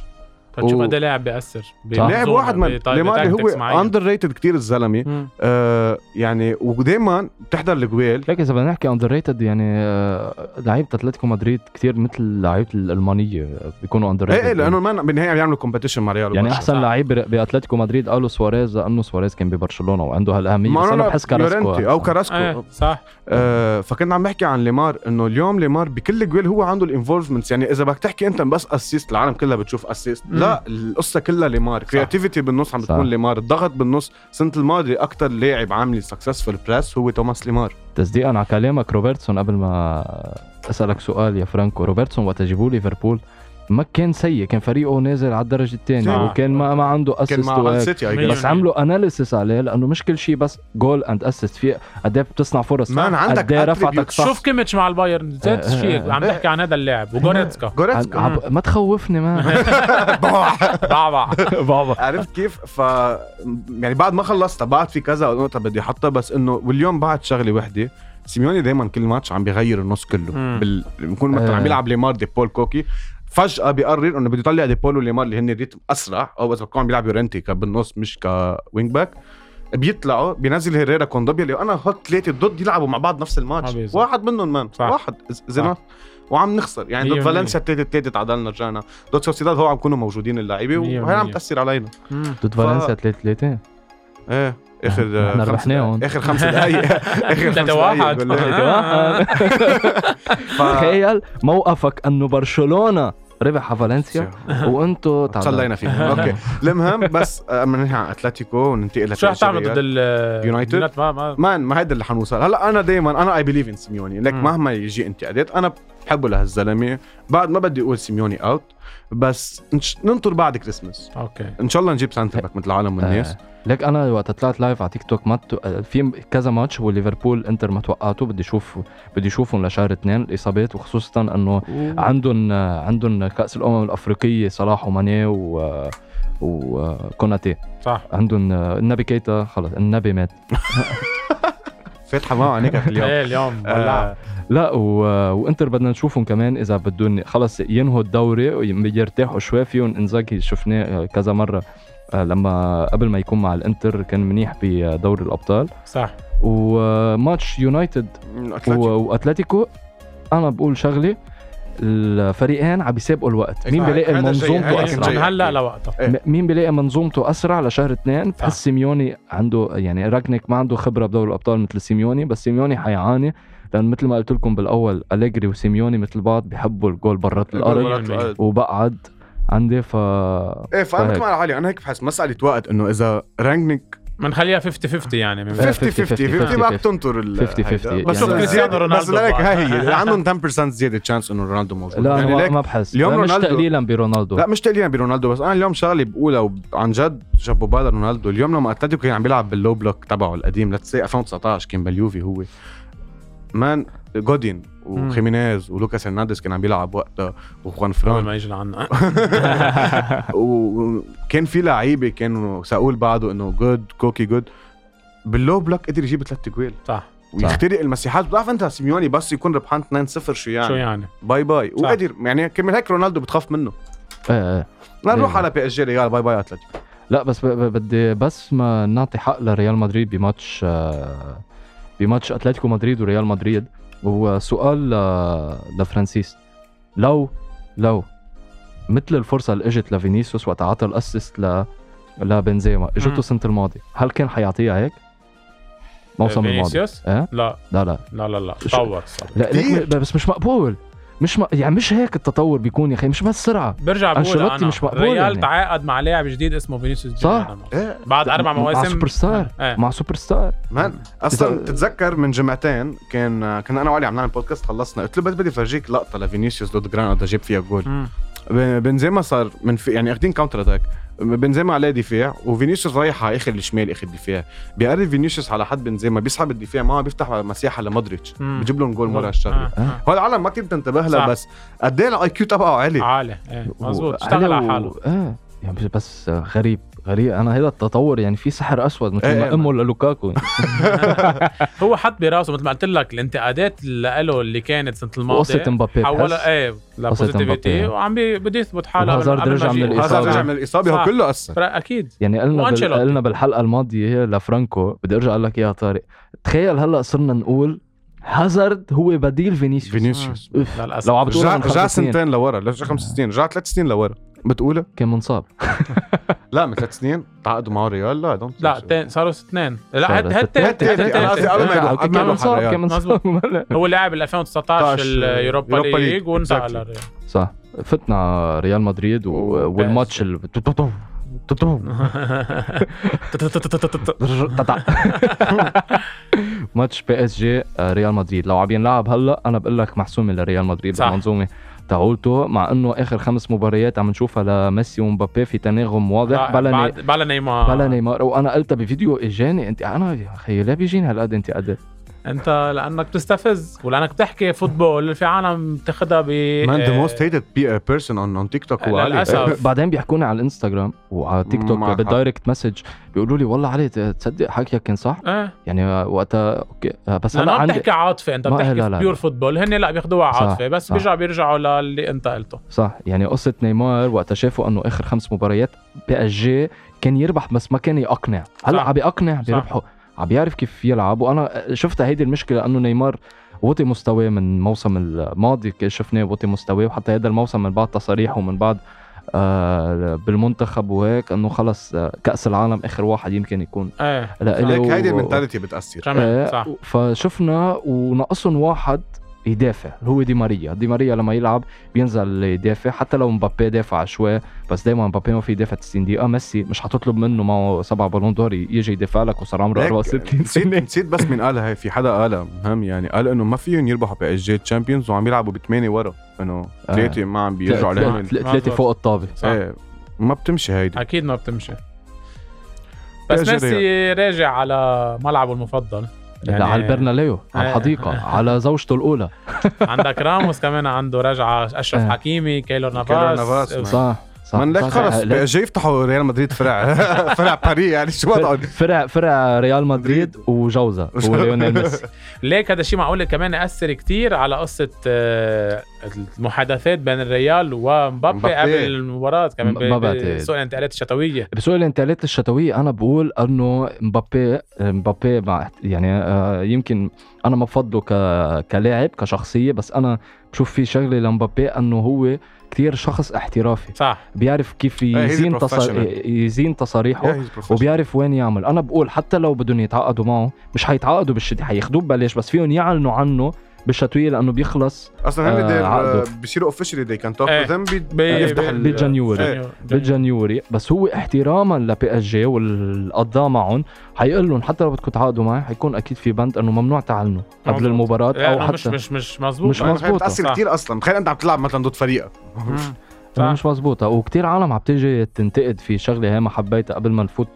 S3: تشوف
S2: و-
S3: قد إيه لاعب بيأثر
S2: لاعب واحد
S3: إيه،
S2: من
S3: طيب
S2: ليمار اللي هو اندر ريتد كثير الزلمه آه يعني ودائما بتحضر الجوال
S1: لكن اذا بدنا نحكي اندر ريتد يعني آه، لعيبه اتلتيكو مدريد كثير مثل لعيبه الالمانيه بيكونوا اندر
S2: ايه ايه
S1: ريتد
S2: لانه ما- بالنهايه عم يعملوا كومبيتيشن مع ريال
S1: يعني
S2: وبرشا.
S1: احسن
S3: صح.
S1: لعيب باتلتيكو مدريد قالوا سواريز لانه سواريز كان ببرشلونه وعنده هالاهميه
S2: ما
S1: بس انا
S2: أنا
S1: بحس كاراسكو
S2: يورنتي او
S1: أحسن.
S2: كاراسكو
S3: ايه صح
S2: آه فكنت عم بحكي عن ليمار انه اليوم ليمار بكل جوال هو عنده الانفولفمنتس يعني اذا بدك تحكي انت بس اسيست العالم كلها بتشوف اسيست
S3: مم.
S2: لا القصه كلها ليمار كرياتيفيتي بالنص عم
S1: صح.
S2: بتكون ليمار الضغط بالنص سنه الماضي اكثر لاعب عامل سكسسفul بريس هو توماس ليمار
S1: تصديقا على كلامك روبرتسون قبل ما اسالك سؤال يا فرانكو روبرتسون وقت جابوه ليفربول ما كان سيء كان فريقه نازل على الدرجه الثانيه
S3: صح.
S1: وكان ما ما عنده
S2: نعم. كان
S1: اسيست
S2: مع مان سيتي I guess.
S3: مية.
S1: بس عملوا اناليسيس عليه لانه مش كل شيء بس جول اند اسيست في قد ايه بتصنع فرص
S2: مان عندك
S1: قد إيه رفعتك
S2: attributes.
S1: صح
S3: شوف كيميتش مع البايرن
S2: *laughs*
S3: ذات
S1: آه، آه،
S3: الشيء عم
S2: آه.
S3: تحكي عن هذا اللاعب
S2: *laughs*
S3: وجوريتسكا
S1: عن-
S2: جوريتسكا
S1: عب- ما تخوفني
S2: *laughs*
S1: ما
S3: ضعبع
S1: بابا
S2: عرفت كيف ف يعني بعد ما خلصت بعد في كذا نقطه بدي احطها بس انه واليوم بعد شغله وحده سيميوني دائما كل ماتش عم بيغير النص كله
S3: مم.
S2: بال... بيكون مثلا
S1: آه.
S2: عم يلعب ليمار دي بول كوكي فجأة بيقرر انه بده يطلع دي بول وليمار اللي هن ريتم اسرع او اذا كانوا عم بيلعب يورنتي ك- بالنص مش كوينج باك بيطلعوا بينزل هيريرا كوندوبيا اللي انا هحط ثلاثه ضد يلعبوا مع بعض نفس
S3: ما
S2: الماتش
S3: بيزبط.
S2: واحد منهم مان
S3: صح.
S2: واحد زينات وعم نخسر يعني
S3: مية
S2: ضد
S3: بالمية.
S2: فالنسيا 3 3 تعادلنا رجعنا ضد سوسيداد هو عم يكونوا موجودين اللعيبه
S3: مية
S2: وهي عم
S3: بالمية.
S2: تاثر علينا
S1: ضد
S2: ف-
S1: فالنسيا 3 3
S2: ايه اخر
S1: نحن
S2: خمس
S1: ربحناه هون.
S2: دقايق- اخر
S1: *laughs*
S2: خمس دقائق اخر خمس
S3: ثلاثة
S2: دقائق
S3: واحد.
S2: بقول لك. "إيه، آه. ف-
S1: تخيل موقفك انه برشلونه ربح على فالنسيا وانتوا تعبانين
S2: صلينا فيه اوكي المهم بس آه، بدنا ننهي عن اتلتيكو وننتقل
S3: شو رح تعمل ضد ال
S2: يونايتد؟
S3: ما ما
S2: مان ما هيدا اللي حنوصل هلا انا دائما انا اي بليف ان سيميوني لك
S3: مم.
S2: مهما يجي انتقادات انا بحبه لهالزلمه بعد ما بدي اقول سيميوني اوت بس نش- ننطر بعد كريسماس
S3: اوكي
S2: ان شاء الله نجيب سانتا باك مثل العالم والناس
S1: لك انا وقت طلعت لايف على تيك توك ما ت- في كذا ماتش وليفربول انتر ما توقعته بدي اشوف بدي اشوفهم لشهر اثنين الاصابات وخصوصا انه عندهم آه، عندهم كاس الامم الافريقيه صلاح وماني و وكوناتي
S3: صح
S1: عندهم آه، النبي كيتا خلص النبي مات
S2: فاتحه
S1: *laughs*
S2: معه عينيك اليوم
S3: ايه اليوم
S2: آه،
S3: ولعت.
S1: لا و... وانتر بدنا نشوفهم كمان اذا بدهم خلص ينهوا الدوري ويرتاحوا شوي فيهم انزاكي شفناه كذا مره آه، لما قبل ما يكون مع الانتر كان منيح بدوري الابطال
S3: صح
S1: وماتش يونايتد و...
S2: أتلتيكو.
S1: واتلتيكو انا بقول شغله الفريقين عم بيسابقوا الوقت مين
S2: إيه،
S1: بيلاقي
S2: هذا شيء،
S1: منظومته
S2: هذا كان
S3: لكن
S1: اسرع
S3: من
S2: شيء.
S3: هلا لوقتها
S2: إيه.
S1: م- مين بيلاقي منظومته اسرع لشهر اثنين بتحس سيميوني عنده يعني راكنيك ما عنده خبره بدوري الابطال مثل سيميوني بس سيميوني حيعاني لان مثل ما قلت لكم بالاول اليجري وسيميوني مثل بعض بيحبوا الجول برات الارض
S2: مرات الأرض.
S1: وبقعد عندي ف
S2: ايه فانا
S1: فهيك.
S2: كمان علي انا هيك بحس مساله وقت انه اذا رانكنيك
S3: بنخليها 50 50 يعني من
S2: 50 50
S1: 50
S2: 50 ما بتنطر ال
S1: 50
S2: هيدا.
S1: 50
S2: بس
S1: يعني-
S2: يعني
S3: كريستيانو
S2: زيادة بس
S3: رونالدو
S2: لك
S3: بعد.
S2: هاي هي اللي عندهم 10% زياده تشانس انه رونالدو موجود
S1: لا
S2: يعني
S1: انا
S2: ليك
S1: ما بحس
S2: اليوم
S1: لا مش
S2: رونالدو-
S1: تقليلا برونالدو
S2: لا مش تقليلا برونالدو بس انا اليوم شغله بقولها وب- عن جد جابوا بالها رونالدو اليوم لما اتلتيكو كان عم بيلعب باللو بلوك تبعه القديم لتسي 2019 كان باليوفي هو مان جودين وخيمينيز ولوكاس هرنانديز كان عم بيلعب وقتها وخوان
S3: قبل *laughs*
S2: فران
S3: ما يجي لعنا
S2: وكان في لعيبه كانوا سأقول بعده انه جود كوكي جود باللو بلوك قدر يجيب ثلاث جوال
S3: صح
S2: ويخترق المساحات بتعرف انت سيميوني بس يكون ربحان 2-0 شو
S3: شو
S2: يعني
S3: يعني؟
S2: باي باي
S3: صح.
S2: وقدر يعني كمان هيك رونالدو بتخاف منه
S1: آه، آه.
S2: لا نروح
S1: إيه.
S2: على بي اس جي ريال باي باي اتلتيكو
S1: لا بس ب- ب- بدي بس ما نعطي حق لريال مدريد بماتش آه، بماتش اتلتيكو مدريد وريال مدريد وسؤال ل- لفرانسيس لو لو مثل الفرصه اللي اجت لفينيسيوس وقت عطى الاسيست ل لبنزيما
S3: مم.
S1: اجته السنه الماضيه هل كان حيعطيها هيك؟ موسم الماضي
S3: فينيسيوس؟
S1: إيه؟
S3: لا
S1: لا لا
S3: لا لا لا
S1: شو-
S3: تطور صار
S1: لا
S2: كتير.
S1: ليك م- بس مش مقبول مش م... يعني مش هيك التطور بيكون يا اخي مش بس سرعه
S3: برجع بقول
S1: أنشيلوتي
S3: انا
S1: مش مقبول
S3: ريال
S1: يعني.
S3: تعاقد مع لاعب جديد اسمه فينيسيوس
S1: صح.
S3: جونيور.
S2: ايه
S3: بعد اربع
S1: مع
S3: مواسم
S1: سوبر ستار
S3: إيه.
S1: مع سوبر ستار
S2: مان اصلا
S1: إذا-
S2: تتذكر من جمعتين كان كنا انا وعلي عم نعمل بودكاست خلصنا قلت له بس بدي افرجيك لقطه لفينيسيوس ضد جرانادا جاب فيها جول
S3: مم.
S2: ب- بنزيما صار من في يعني اخذين كاونتر اتاك بنزيما عليه دفاع وفينيسيوس رايح على اخر الشمال اخر دفاع بيقرب فينيسيوس على حد بنزيما بيسحب الدفاع معه بيفتح مساحه لمودريتش
S3: مم.
S2: بجيب لهم جول
S3: آه،
S2: مره هالشغله
S1: إيه.
S3: آه.
S2: هو العالم ما كتير بتنتبه لها
S3: صح.
S2: بس قد ايه الاي كيو تبعه عالي
S3: عالي ايه مزبوط اشتغل
S1: وعليه
S3: على
S1: و-
S3: حاله
S1: ايه يعني بس- بس غريب غريب انا هذا التطور يعني في سحر اسود مثل
S2: إيه،
S1: ما
S2: إيه.
S1: امه للوكاكو يعني.
S3: هو حط براسه مثل ما قلت لك الانتقادات اللي له اللي كانت سنه
S1: وقصه
S3: الماضيه
S1: مبابي
S3: حولها
S1: بحس
S3: ايه
S1: مبابي.
S3: لبوزيتيفيتي وعم بي- بده يثبت حاله
S1: وهازارد رجع من
S3: يجي.
S2: هذا
S1: الإصابة.
S2: رجع من الاصابه
S3: صح.
S2: هو كله اثر
S3: فرق اكيد
S1: يعني قلنا بال...
S3: وأنشيلوتي.
S1: قلنا بالحلقه الماضيه لفرانكو بدي ارجع اقول لك اياها طارق تخيل هلا صرنا نقول هازارد هو بديل فينيسيوس
S3: آه.
S2: فينيسيوس
S1: أوف.
S3: للأسف.
S1: لو عم
S2: رجع
S1: بتقول
S2: رجع سنتين لورا رجع خمس
S3: آه.
S2: سنين رجع ثلاث سنين لورا بتقولها
S1: كان منصاب
S2: لا من ثلاث سنين تعاقدوا معه ريال لا don't think
S3: لا
S2: so.
S3: تين- صاروا اثنين لا
S1: صاروا
S3: هاد هاد
S1: ستة.
S3: تالت- هاد
S2: تالت. أنا قصدي قبل ما
S3: تالت.
S1: اوكي
S2: يروح. قبل ما
S1: كان
S2: يروح على
S1: منصاب
S2: الريال.
S1: كان منصاب
S3: هو لاعب ال 2019 اليوروبا
S2: يوروبا ليج.
S3: ليج وانتقل
S2: Exactly.
S3: للريال.
S1: صح فتنا ريال مدريد و...
S2: و-
S1: والماتش ال... تو- تو- تو- تو- تو- تتع. *laughs* ماتش بي اس جي آه، ريال مدريد لو عم ينلعب هلا انا بقول لك محسومه لريال مدريد
S3: صح.
S1: المنظومه تاعولته مع انه اخر خمس مباريات عم نشوفها لميسي ومبابي في تناغم واضح بلا ني-
S3: بعد- بلا نيمار
S1: بلا نيمار وانا قلتها بفيديو اجاني انت انا يا اخي لا بيجيني هالقد انت
S3: *laughs*
S1: قد
S3: انت لانك بتستفز ولانك بتحكي فوتبول في عالم بتاخدها ب
S2: مان ذا
S3: آه،
S2: موست هيتد بيرسون اون اون تيك توك هو علي
S3: للأسف.
S2: *laughs*
S3: طب.
S1: آه، بعدين بيحكوني على الانستغرام وعلى تيك توك
S2: معك حق.
S1: بالدايركت مسج بيقولوا لي والله علي تصدق حكيك كان صح
S3: ايه
S1: يعني آه، وقتها اوكي آه، بس
S3: لانه
S1: هلا
S3: عم
S1: عندي
S3: تحكي عاطفه انت
S1: ما-
S3: بتحكي
S1: لا، لا،
S3: بيور
S1: لا.
S3: فوتبول هن لا بياخدوها
S1: صح،
S3: عاطفه بس
S1: صح.
S3: بيرجعوا بيرجعوا للي انت قلته
S1: صح يعني قصه نيمار وقتها شافوا انه اخر خمس مباريات بي اس جي كان يربح بس ما كان يقنع هلا
S3: صح.
S1: عم يقنع بيربحوا عم بيعرف كيف يلعب وانا شفت هيدي المشكله انه نيمار وطي مستواه من موسم الماضي ك- شفناه وطي مستواه وحتى هذا الموسم من بعد تصاريحه ومن بعد آه بالمنتخب وهيك انه خلص آه كاس العالم اخر واحد يمكن يكون
S3: ايه
S1: لا
S2: هيك
S1: إله
S2: هيدي
S1: و-
S2: المنتاليتي بتاثر
S3: كمان صح
S1: آه، فشفنا وناقصهم واحد يدافع هو دي ماريا دي ماريا لما يلعب بينزل يدافع حتى لو مبابي دافع شوي بس دايما مبابي ما في يدافع 90 دقيقه ميسي مش حتطلب منه معه سبع بالون دور يجي يدافع لك وصار عمره
S2: هيك
S1: 64
S2: *laughs* نسيت
S1: سنه
S2: نسيت بس مين قالها هي في حدا قالها مهم يعني قال انه ما فيهم يربحوا بي اس جي تشامبيونز وعم يلعبوا بثمانيه ورا انه
S1: آه.
S2: ثلاثه ما عم بيرجعوا لهم
S1: ثلاثه فوق الطابه
S3: صح
S2: ايه ما بتمشي هيدي
S3: اكيد ما بتمشي بس
S2: رجع
S3: ميسي راجع على ملعبه المفضل
S1: يعني على البرناليو على
S3: آه.
S1: الحديقه على زوجته الاولى
S3: عندك راموس كمان عنده رجعه اشرف
S1: آه.
S3: حكيمي كيلور
S2: كيلور نافاس،
S3: نافاس
S2: ما-
S1: صح صح
S2: من لك
S1: صح،
S2: خلص
S1: صح.
S2: بي اس جي يفتحوا ريال مدريد فرع *laughs* فرع باريس يعني شو
S1: *laughs*
S2: وضعهم
S1: فرع فرع ريال مدريد وجوزها وليونيل ميسي
S3: ليك هذا الشيء معقول كمان اثر كتير على قصه آه، المحادثات بين الريال ومبابي
S2: مبابي.
S3: قبل المباراة كمان
S1: ما بعتقد.
S3: ب- بسوق الانتقالات الشتويه
S1: بسوق الانتقالات الشتوية أنا بقول إنه مبابي مبابي مع يعني آه، يمكن أنا ما بفضله ك... كلاعب كشخصية بس أنا بشوف في شغلة لمبابي إنه هو كثير شخص احترافي
S3: صح
S1: بيعرف كيف
S2: he's a
S1: يزين تص...
S2: professional.
S1: يزين تصاريحه وبيعرف وين يعمل انا بقول حتى لو بدهم يتعاقدوا معه مش حيتعاقدوا بالشتي حياخدوه ببلاش بس فيهم يعلنوا عنه بالشتويه لانه بيخلص
S2: اصلا هن
S1: آه،
S2: دير- آه،
S1: عقده.
S2: بيصيروا اوفشلي دي كان توك
S3: إيه.
S2: ذم
S3: بي-
S2: بيفتح
S3: بي-
S2: ال-
S1: بجانيوري
S2: إيه.
S1: بجانيوري بس هو احتراما لبي اس جي والقضاء معهم حيقول لهم حتى لو بدكم تعاقدوا معي حيكون اكيد في بند انه ممنوع تعلنوا قبل
S3: مظبوط.
S1: المباراه
S3: لا،
S1: او
S3: أنا مش
S1: حتى
S3: مش مش آه، مزبوط
S1: مش
S3: أنا-
S1: مظبوط. مظبوطة.
S2: بتاثر
S3: صح.
S2: كثير اصلا تخيل انت عم تلعب مثلا ضد فريقك *laughs*
S3: مم.
S1: أنا
S3: صح.
S1: مش مزبوطه وكتير عالم عم تيجي آه، تنتقد في شغله هي ما حبيتها قبل ما نفوت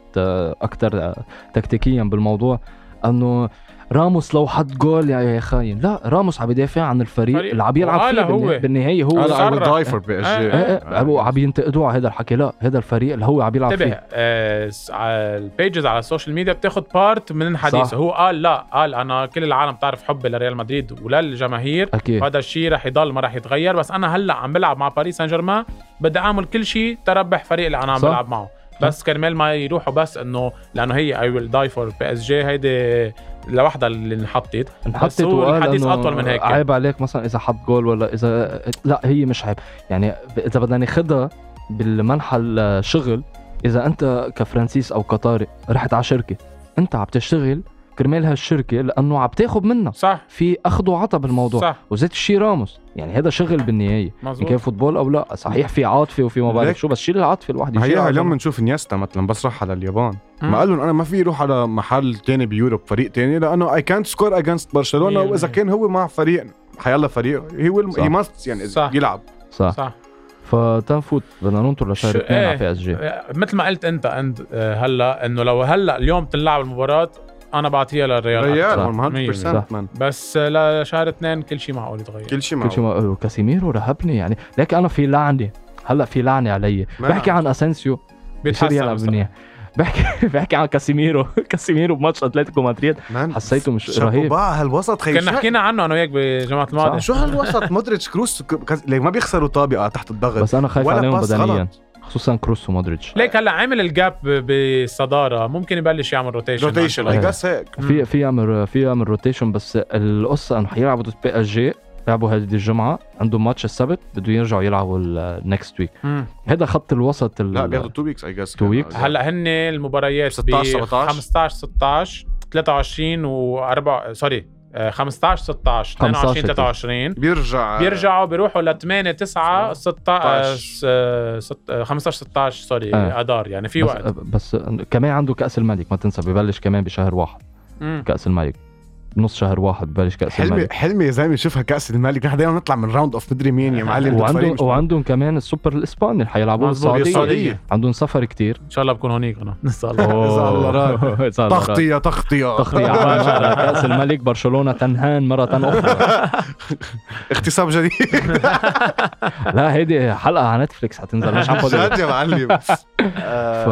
S1: اكثر تكتيكيا بالموضوع انه راموس لو حط جول يا يا خاين لا راموس عم يدافع عن الفريق
S3: فريق.
S1: اللي عم يلعب
S3: وقال
S1: فيه
S3: هو.
S1: بالنهاية- بالنهايه هو
S2: انا
S1: ايه
S2: اي
S3: صرح.
S2: ويل داي فور بي اس
S3: آه،
S1: ايه عم- عم ينتقدوه على هذا الحكي لا هذا الفريق اللي هو عم يلعب
S3: انتبه
S1: فيه
S3: آه، س- على البيجز على السوشيال ميديا بتاخد بارت من
S1: صح.
S3: حديثه هو قال لا قال انا كل العالم بتعرف حبي لريال مدريد وللجماهير
S1: اكيد
S3: هذا الشيء رح يضل ما رح يتغير بس انا هلا عم بلعب مع باريس سان جيرمان بدي اعمل كل شيء تربح فريق اللي انا عم
S1: صح.
S3: بلعب معه بس كرمال ما يروحوا بس انه لانه هي اي ويل داي فور بي اس جي هيدي لوحدها اللي انحطت
S1: انحطت
S3: هو
S1: وقال
S3: الحديث
S1: إنه
S3: أطول من هيك يعني.
S1: آه، عيب عليك مثلا اذا حط جول ولا اذا لا هي مش عيب يعني ب- اذا بدنا ناخذها بالمنحى الشغل اذا انت كفرنسيس او كطارق رحت على شركه انت عم تشتغل كرمال هالشركه لانه عم تاخذ منها
S3: صح
S1: في اخذ وعطى بالموضوع
S3: صح
S1: وزيت الشيء راموس يعني هذا شغل بالنهايه ان كان
S3: مظبوط
S1: فوتبول او لا صحيح في عاطفه وفي ما بعرف
S2: ليك.
S1: شو بس شيل العاطفه الواحد يشيل
S2: هي
S1: العاطفة.
S2: اليوم بنشوف انيستا مثلا بس راح على اليابان
S3: مم.
S2: ما قال لهم انا ما في روح على محل تاني بيوروب فريق تاني لانه اي كانت سكور اجينست برشلونه
S3: مية
S2: واذا
S3: بالمية.
S2: كان هو مع فريق حيلا فريق هي ويل
S1: صح.
S2: هي ماست يعني
S3: صح.
S2: يلعب
S1: صح
S3: صح
S1: فتنفوت بدنا ننطر لشهر
S3: شو-
S1: اثنين على
S3: إيه.
S1: بي اس جي
S3: مثل ما قلت انت انت آه، هلا انه لو هلا اليوم تنلعب المباراه انا بعطيها للريال
S2: ريال
S1: صح.
S2: 100% مان
S3: بس آه، لشهر اثنين كل شيء معقول يتغير
S2: كل شيء
S1: كل شيء
S2: معه
S1: ما- أيوة، كاسيميرو رهبني يعني لك انا في لعنه هلا في لعنه علي
S2: ما
S1: بحكي عن اسينسيو بصير يلعب
S3: بيتحسن
S1: منيح بحكي *laughs* بحكي عن كاسيميرو كاسيميرو بماتش اتلتيكو مدريد
S2: مان
S1: حسيته مش
S2: شابو
S1: رهيب
S2: بقى هالوسط خي
S3: كنا
S2: شو- آه.
S3: حكينا عنه انا وياك بجماعه الماضي
S2: شو هالوسط مودريتش كروس ك- كز- ليه ما بيخسروا طابقه تحت الضغط
S1: بس انا خايف
S2: ولا
S1: عليهم
S2: باس
S1: بدنيا
S2: غلط
S1: خصوصا كروس ومودريتش
S3: ليك هلا عامل الجاب بالصداره ممكن يبلش يعمل روتيشن
S2: روتيشن
S1: إيه.
S2: اي جاس هيك
S1: في في يعمل في يعمل روتيشن بس القصه انه حيلعبوا ضد بي اس جي لعبوا هذه الجمعه عندهم ماتش السبت بده يرجعوا يلعبوا النكست ويك هذا خط الوسط ال-
S2: لا بياخذوا 2 ويكس اي جاس
S1: two weeks.
S3: هلا هن المباريات ب
S2: 16 17.
S3: 15 16 23 و4 سوري آه، 15 16 22 23
S2: بيرجع
S3: بيرجعوا بيروحوا ل 8
S2: آه.
S3: 9 آه،
S2: 16.
S3: 16 15 16 آه، سوري
S1: آه.
S3: اذار يعني في
S1: بس,
S3: وقت
S1: بس كمان عنده كاس الملك ما تنسى ببلش كمان بشهر واحد
S3: مم.
S1: كاس الملك بنص شهر واحد ببلش كاس
S2: حلمي
S1: الملك
S2: حلمي يا زلمه يشوفها كاس الملك نحن دائما نطلع من راوند اوف مدري مين
S3: آه.
S2: يا معلم
S1: وعندهم
S2: بالفريق مش-
S1: وعندهم كمان السوبر الاسباني اللي حيلعبوه
S3: مظبوط.
S1: بالسعوديه
S2: السعودية.
S1: عندهم سفر
S2: *laughs*
S1: كتير
S3: ان شاء الله بكون هونيك انا ان شاء الله
S2: إذا
S1: *laughs*
S2: الله راد.
S1: إذا الله راد.
S2: تغطيه تغطيه
S1: تغطية على مجرى كأس الملك برشلونة تنهان مرة
S2: *laughs*
S1: أخرى
S2: اغتصاب
S1: *laughs*
S2: جديد
S1: لا هيدي حلقة على نتفليكس حتنزل مش عم
S2: *laughs*
S1: بقول
S2: جد يا معلم
S1: ف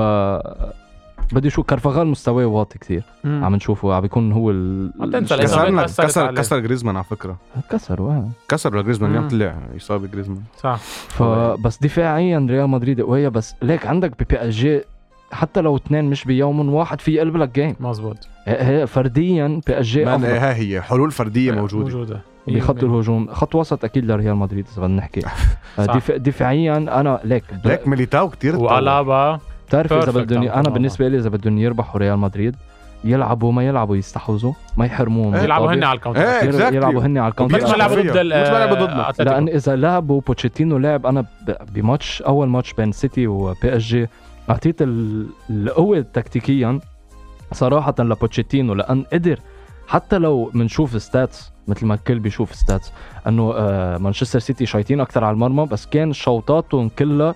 S1: بدي شو كارفاغال مستواه واطي كثير
S3: مم.
S1: عم نشوفه عم بيكون هو ال...
S3: ما تنسى
S1: الشيء.
S2: كسرنا
S3: الإصابات. أثرت
S2: كسر
S3: عليه.
S2: كسر جريزمان على فكره
S1: كسر واه
S2: كسر جريزمان
S3: مم.
S2: اليوم طلع اصابه جريزمان
S3: صح
S1: فبس دفاعيا ريال مدريد قوية بس ليك عندك ببي اس جي حتى لو اثنين مش بيوم واحد في يقلب لك جيم
S3: مزبوط
S1: هي- هي فرديا آه، بي اس جي
S2: مان
S1: افضل
S2: ها هي حلول فرديه موجوده
S3: موجوده
S1: بخط الهجوم خط وسط اكيد لريال مدريد اذا بدنا نحكي آه،
S3: صح.
S1: دفاع دفاعيا انا ليك ب-
S2: ليك ميليتاو كثير
S3: والابا
S1: بتعرف اذا
S3: perfect
S1: بدهم
S3: عم
S1: انا
S3: تنوع.
S1: بالنسبه لي اذا بدهم يربحوا ريال مدريد يلعبوا ما يلعبوا يستحوذوا ما يحرموهم من
S3: يلعبوا هن
S1: الطابة.
S3: على الكاونتر
S2: إيه،
S1: يل-
S2: exactly.
S1: يلعبوا هن على الكاونتر
S3: مثل ما
S2: بيلعبوا
S3: لعبوا ضد آه،
S2: مثل ما لعبوا ضدنا.
S1: لان
S3: ضدنا
S1: اذا لعبوا بوتشيتينو لعب انا ب- بماتش اول ماتش بين سيتي وبي اس جي اعطيت ال- القوه تكتيكيا صراحه لبوتشيتينو لان قدر حتى لو بنشوف ستاتس مثل ما الكل بيشوف ستاتس انه آه، مانشستر سيتي شايطين اكثر على المرمى بس كان شوطاتهم كلها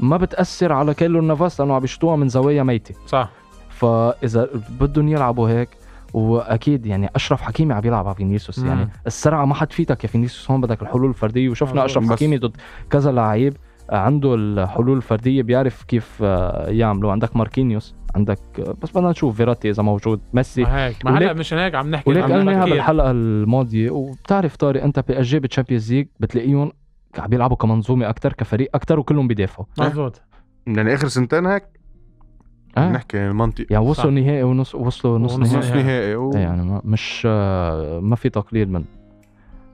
S1: ما بتاثر على كيلون نافاس لانه عم بيشطوها من زوايا ميته
S3: صح
S1: فاذا بدهم يلعبوا هيك واكيد يعني اشرف حكيمي عم يلعب على فينيسيوس
S3: مم.
S1: يعني السرعه ما حد فيتك يا فينيسيوس هون بدك الحلول الفرديه وشفنا
S3: مظبوط.
S1: اشرف
S2: بس-
S1: حكيمي ضد كذا لعيب آه، عنده الحلول الفرديه بيعرف كيف آه، يعملوا عندك ماركينيوس عندك آه، بس بدنا نشوف فيراتي اذا موجود ميسي
S3: ما هيك ما
S1: وليك-
S3: هلا مشان هيك عم نحكي
S1: وليك
S3: عم
S1: قلناها
S3: نفكر.
S1: بالحلقه الماضيه وبتعرف طارق انت بي اس جي بالتشامبيونز ليج بتلاقيهم عم بيلعبوا كمنظومه اكثر كفريق اكثر وكلهم بيدافعوا
S3: مزبوط
S2: يعني اخر سنتين هيك
S1: آه.
S2: نحكي المنطق
S1: يعني
S3: صح.
S1: وصلوا نهائي ونص وصلوا نص
S3: ونص
S1: نهائي
S2: نص نهائي
S1: إيه
S2: و-
S1: يعني ما مش آه، ما في تقليل منه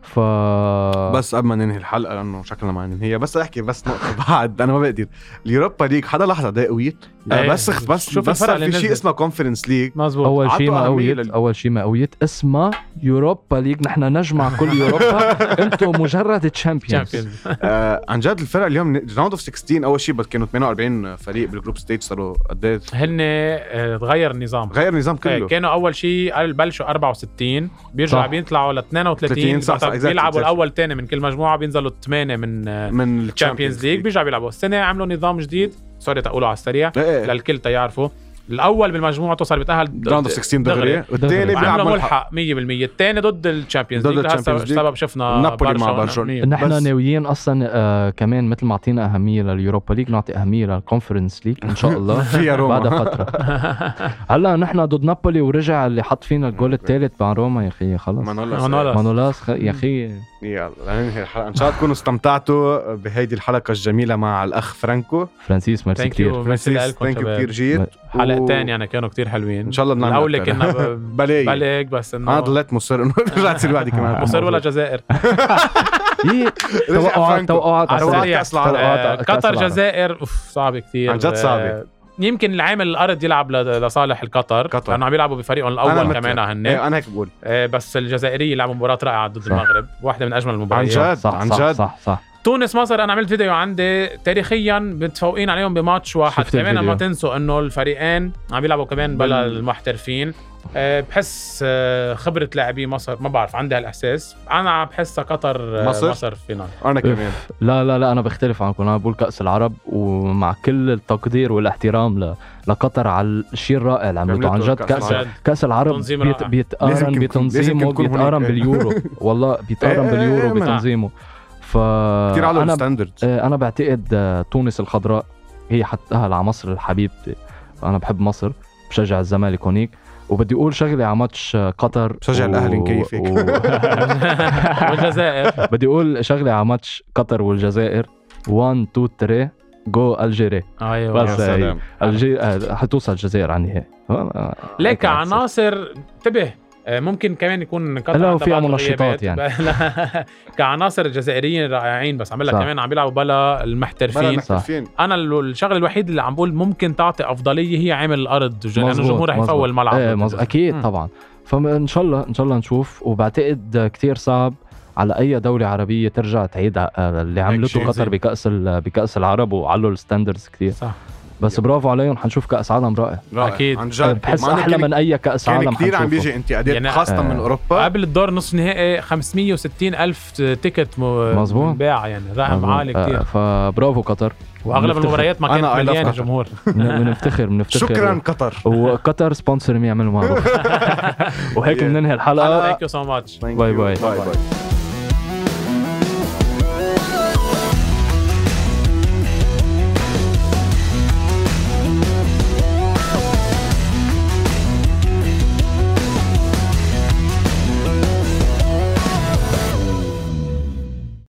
S1: ف آه.
S2: بس قبل ما ننهي الحلقه لانه شكلنا ما ننهي بس احكي بس نقطه *laughs* بعد انا ما بقدر اليوروبا ليج حدا لحظه قوي
S3: إيه.
S2: آه، بس بس
S3: شوف
S2: بس
S3: الفرق
S2: صار
S3: اللي
S2: في شيء
S3: نزل.
S2: اسمه كونفرنس
S3: *laughs*
S2: ليج
S3: مزبوط
S1: اول شيء
S2: عطوا أهمية
S1: مقويت
S2: لل-
S1: اول شيء مقويت اسمها يوروبا ليج نحن نجمع كل اوروبا
S2: *laughs*
S1: انتم مجرد تشامبيونز
S3: Champions.
S2: آه عن جد الفرق اليوم راوند اوف 16 اول شيء بس كانوا 48 فريق بالجروب ستيج صاروا قد ايه
S3: هن آه، تغير النظام
S2: غير النظام
S3: إيه،
S2: كله
S3: كانوا اول شيء قال- بلشوا 64 بيرجعوا
S1: صح.
S3: بيطلعوا ل 32
S2: 30 صح، صح،
S3: بعد-
S2: exactly,
S3: بيلعبوا
S2: exactly.
S3: الاول تاني من كل مجموعه بينزلوا الثمانيه من آه،
S2: من إيه،
S3: الشامبيونز ليج بيرجعوا بيلعبوا السنه عملوا نظام جديد سوري تقولوا على السريع للكل تيعرفوا الاول بالمجموعه صار بيتاهل
S2: راوند اوف 16 دغري والثاني
S1: دغري.
S2: بيلعب
S3: عمله
S2: ملحق
S3: ملحق 100% الثاني ضد الشامبيونز
S2: ضد
S3: ليج
S2: الشامبيونز
S3: هسه
S2: ليج.
S3: سبب شفنا
S2: نابولي مع برشلونة.
S3: برشلونه
S1: نحن
S2: بس-
S1: ناويين اصلا آه كمان مثل ما اعطينا اهميه لليوروبا ليج نعطي اهميه للكونفرنس ليج ان شاء الله
S2: *laughs* فيها روما.
S1: بعد فتره هلا نحن ضد نابولي ورجع اللي حط فينا الجول الثالث مع روما يا اخي خلص
S3: منولا.
S2: منولا
S1: مانولاس خ- يا اخي
S2: يلا لننهي الحلقه ان شاء الله تكونوا استمتعتوا بهيدي الحلقه الجميله مع الاخ فرانكو
S1: فرانسيس ميرسي
S3: ثانك
S1: كثير
S3: يو ميرسي لكم
S2: ثانك يو كثير
S3: شباب
S2: جيت *laughs*
S3: حلقتين يعني كانوا كتير حلوين
S2: ان شاء الله إيه. بنعمل
S3: الاولى
S2: أكتر.
S3: كنا
S2: *laughs*
S3: ب-
S2: بلاي بلاي
S3: بلق بس
S2: انا
S3: انه
S2: ضليت مصر انه ترجع تصير بعدي كمان
S3: مصر ولا
S2: *laughs*
S3: جزائر
S1: إيه،
S2: رجع
S1: توقعات
S2: فرانكو.
S1: توقعات
S3: على
S1: توقعات
S3: السريع.
S1: أصلاً.
S3: آه،
S1: توقعات أصلاً.
S3: قطر جزائر اوف صعب كثير
S2: عن جد صعبة.
S3: يمكن العامل الارض يلعب ل- لصالح القطر
S2: قطر.
S3: لانه عم يلعبوا بفريقهم
S2: أنا
S3: الاول
S2: مت-
S3: كمان هن
S2: إيه، انا هيك بقول
S3: آه، بس الجزائريه لعبوا مباراه رائعه ضد المغرب واحده من اجمل
S2: عن
S3: المباريات
S2: جد
S1: صح
S2: عن
S1: صح
S2: جد
S1: صح صح
S3: تونس مصر انا عملت فيديو عندي تاريخيا متفوقين عليهم بماتش واحد
S1: شفت
S3: كمان
S1: الفيديو.
S3: ما تنسوا انه الفريقين عم يلعبوا كمان بلا
S2: بال-
S3: المحترفين أه بحس أه خبره لاعبي مصر ما بعرف عندي هالاحساس انا بحسها قطر آه،
S2: مصر؟
S3: مصر فينال
S2: انا كمان
S1: لا لا لا انا بختلف عنكم انا بقول كاس العرب ومع كل التقدير والاحترام ل... لقطر على الشيء الرائع اللي عملته عن
S2: عملته
S1: جد
S2: كأس
S1: كاس
S2: العرب.
S3: جد.
S1: كاس العرب
S3: تنظيم
S1: بيت...
S3: رائع.
S2: لازم
S1: بيتقارن
S2: كنكون- لازم
S1: بتنظيمه
S2: كنكون هناك.
S1: بيتقارن
S2: *laughs*
S1: باليورو والله بيتقارن
S2: إيه، إيه،
S1: باليورو
S2: إيه، ما-
S1: بتنظيمه ف
S2: كثير على
S1: انا
S2: الستاندرد
S1: آه، انا بعتقد آه، تونس الخضراء هي حتتأهل على مصر الحبيبتي انا بحب مصر بشجع الزمالك هونيك وبدي اقول شغله على ماتش آه، قطر
S2: بشجع الأهلي،
S1: *laughs*
S2: نكيف *laughs* هيك.
S3: والجزائر
S1: بدي اقول شغله على ماتش قطر والجزائر 1 2 3 جو الجيري
S3: ايوه
S1: بس. الجي... آه، حتوصل الجزائر على النهائي آه، آه،
S3: ليك
S1: هيك بتصير.
S3: عناصر انتبه آه، ممكن كمان يكون قطر
S1: هلا
S3: عندها
S1: وفيها
S3: بعض
S1: منشطات
S3: الغيابات.
S1: يعني.
S3: ب- *laughs* لا. كعناصر جزائريين رائعين بس عم لك
S1: صح.
S3: كمان عم يلعبوا بلا المحترفين
S2: فين
S3: انا ال- الشغله الوحيد اللي عم بقول ممكن تعطي افضليه هي عامل الارض لانه
S1: مزبوط،
S3: الجمهور رح
S1: مزبوط.
S3: يفول الملعب
S1: ايه مز... اكيد
S3: مم.
S1: طبعا فان شاء الله ان شاء الله نشوف وبعتقد كتير صعب على اي دوله عربيه ترجع تعيد ع- اللي عملته
S2: شيء
S1: قطر
S2: زي-
S1: بكاس ال... بكاس العرب وعلوا الستاندردز كتير
S3: صح
S1: بس برافو عليهم حنشوف كاس عالم رائع إيه،
S3: أكيد.
S2: عن جد
S1: بحس
S2: مع إنه
S1: احلى
S2: كان-
S1: من اي كاس
S2: كان
S1: عالم
S2: كثير عم
S1: حنشوفه.
S2: بيجي انتقادات
S3: يعني-
S2: خاصه
S1: آه.
S2: من اوروبا
S3: قبل الدور نص نهائي 560 الف تيكت م...
S1: مزبوط.
S3: باع يعني رقم
S1: مظبوط.
S3: عالي كتير
S1: آه، فبرافو قطر
S3: واغلب
S1: بنفتخر.
S3: المباريات ما
S2: أنا
S3: كانت
S2: I love
S3: مليانه
S2: قطر.
S3: جمهور
S1: *laughs* بنفتخر بنفتخر
S2: شكرا قطر
S1: وقطر سبونسر مين عمل معروف وهيك
S2: Yeah.
S1: بننهي الحلقه
S3: ثانك يو سو ماتش
S1: باي باي.
S2: باي باي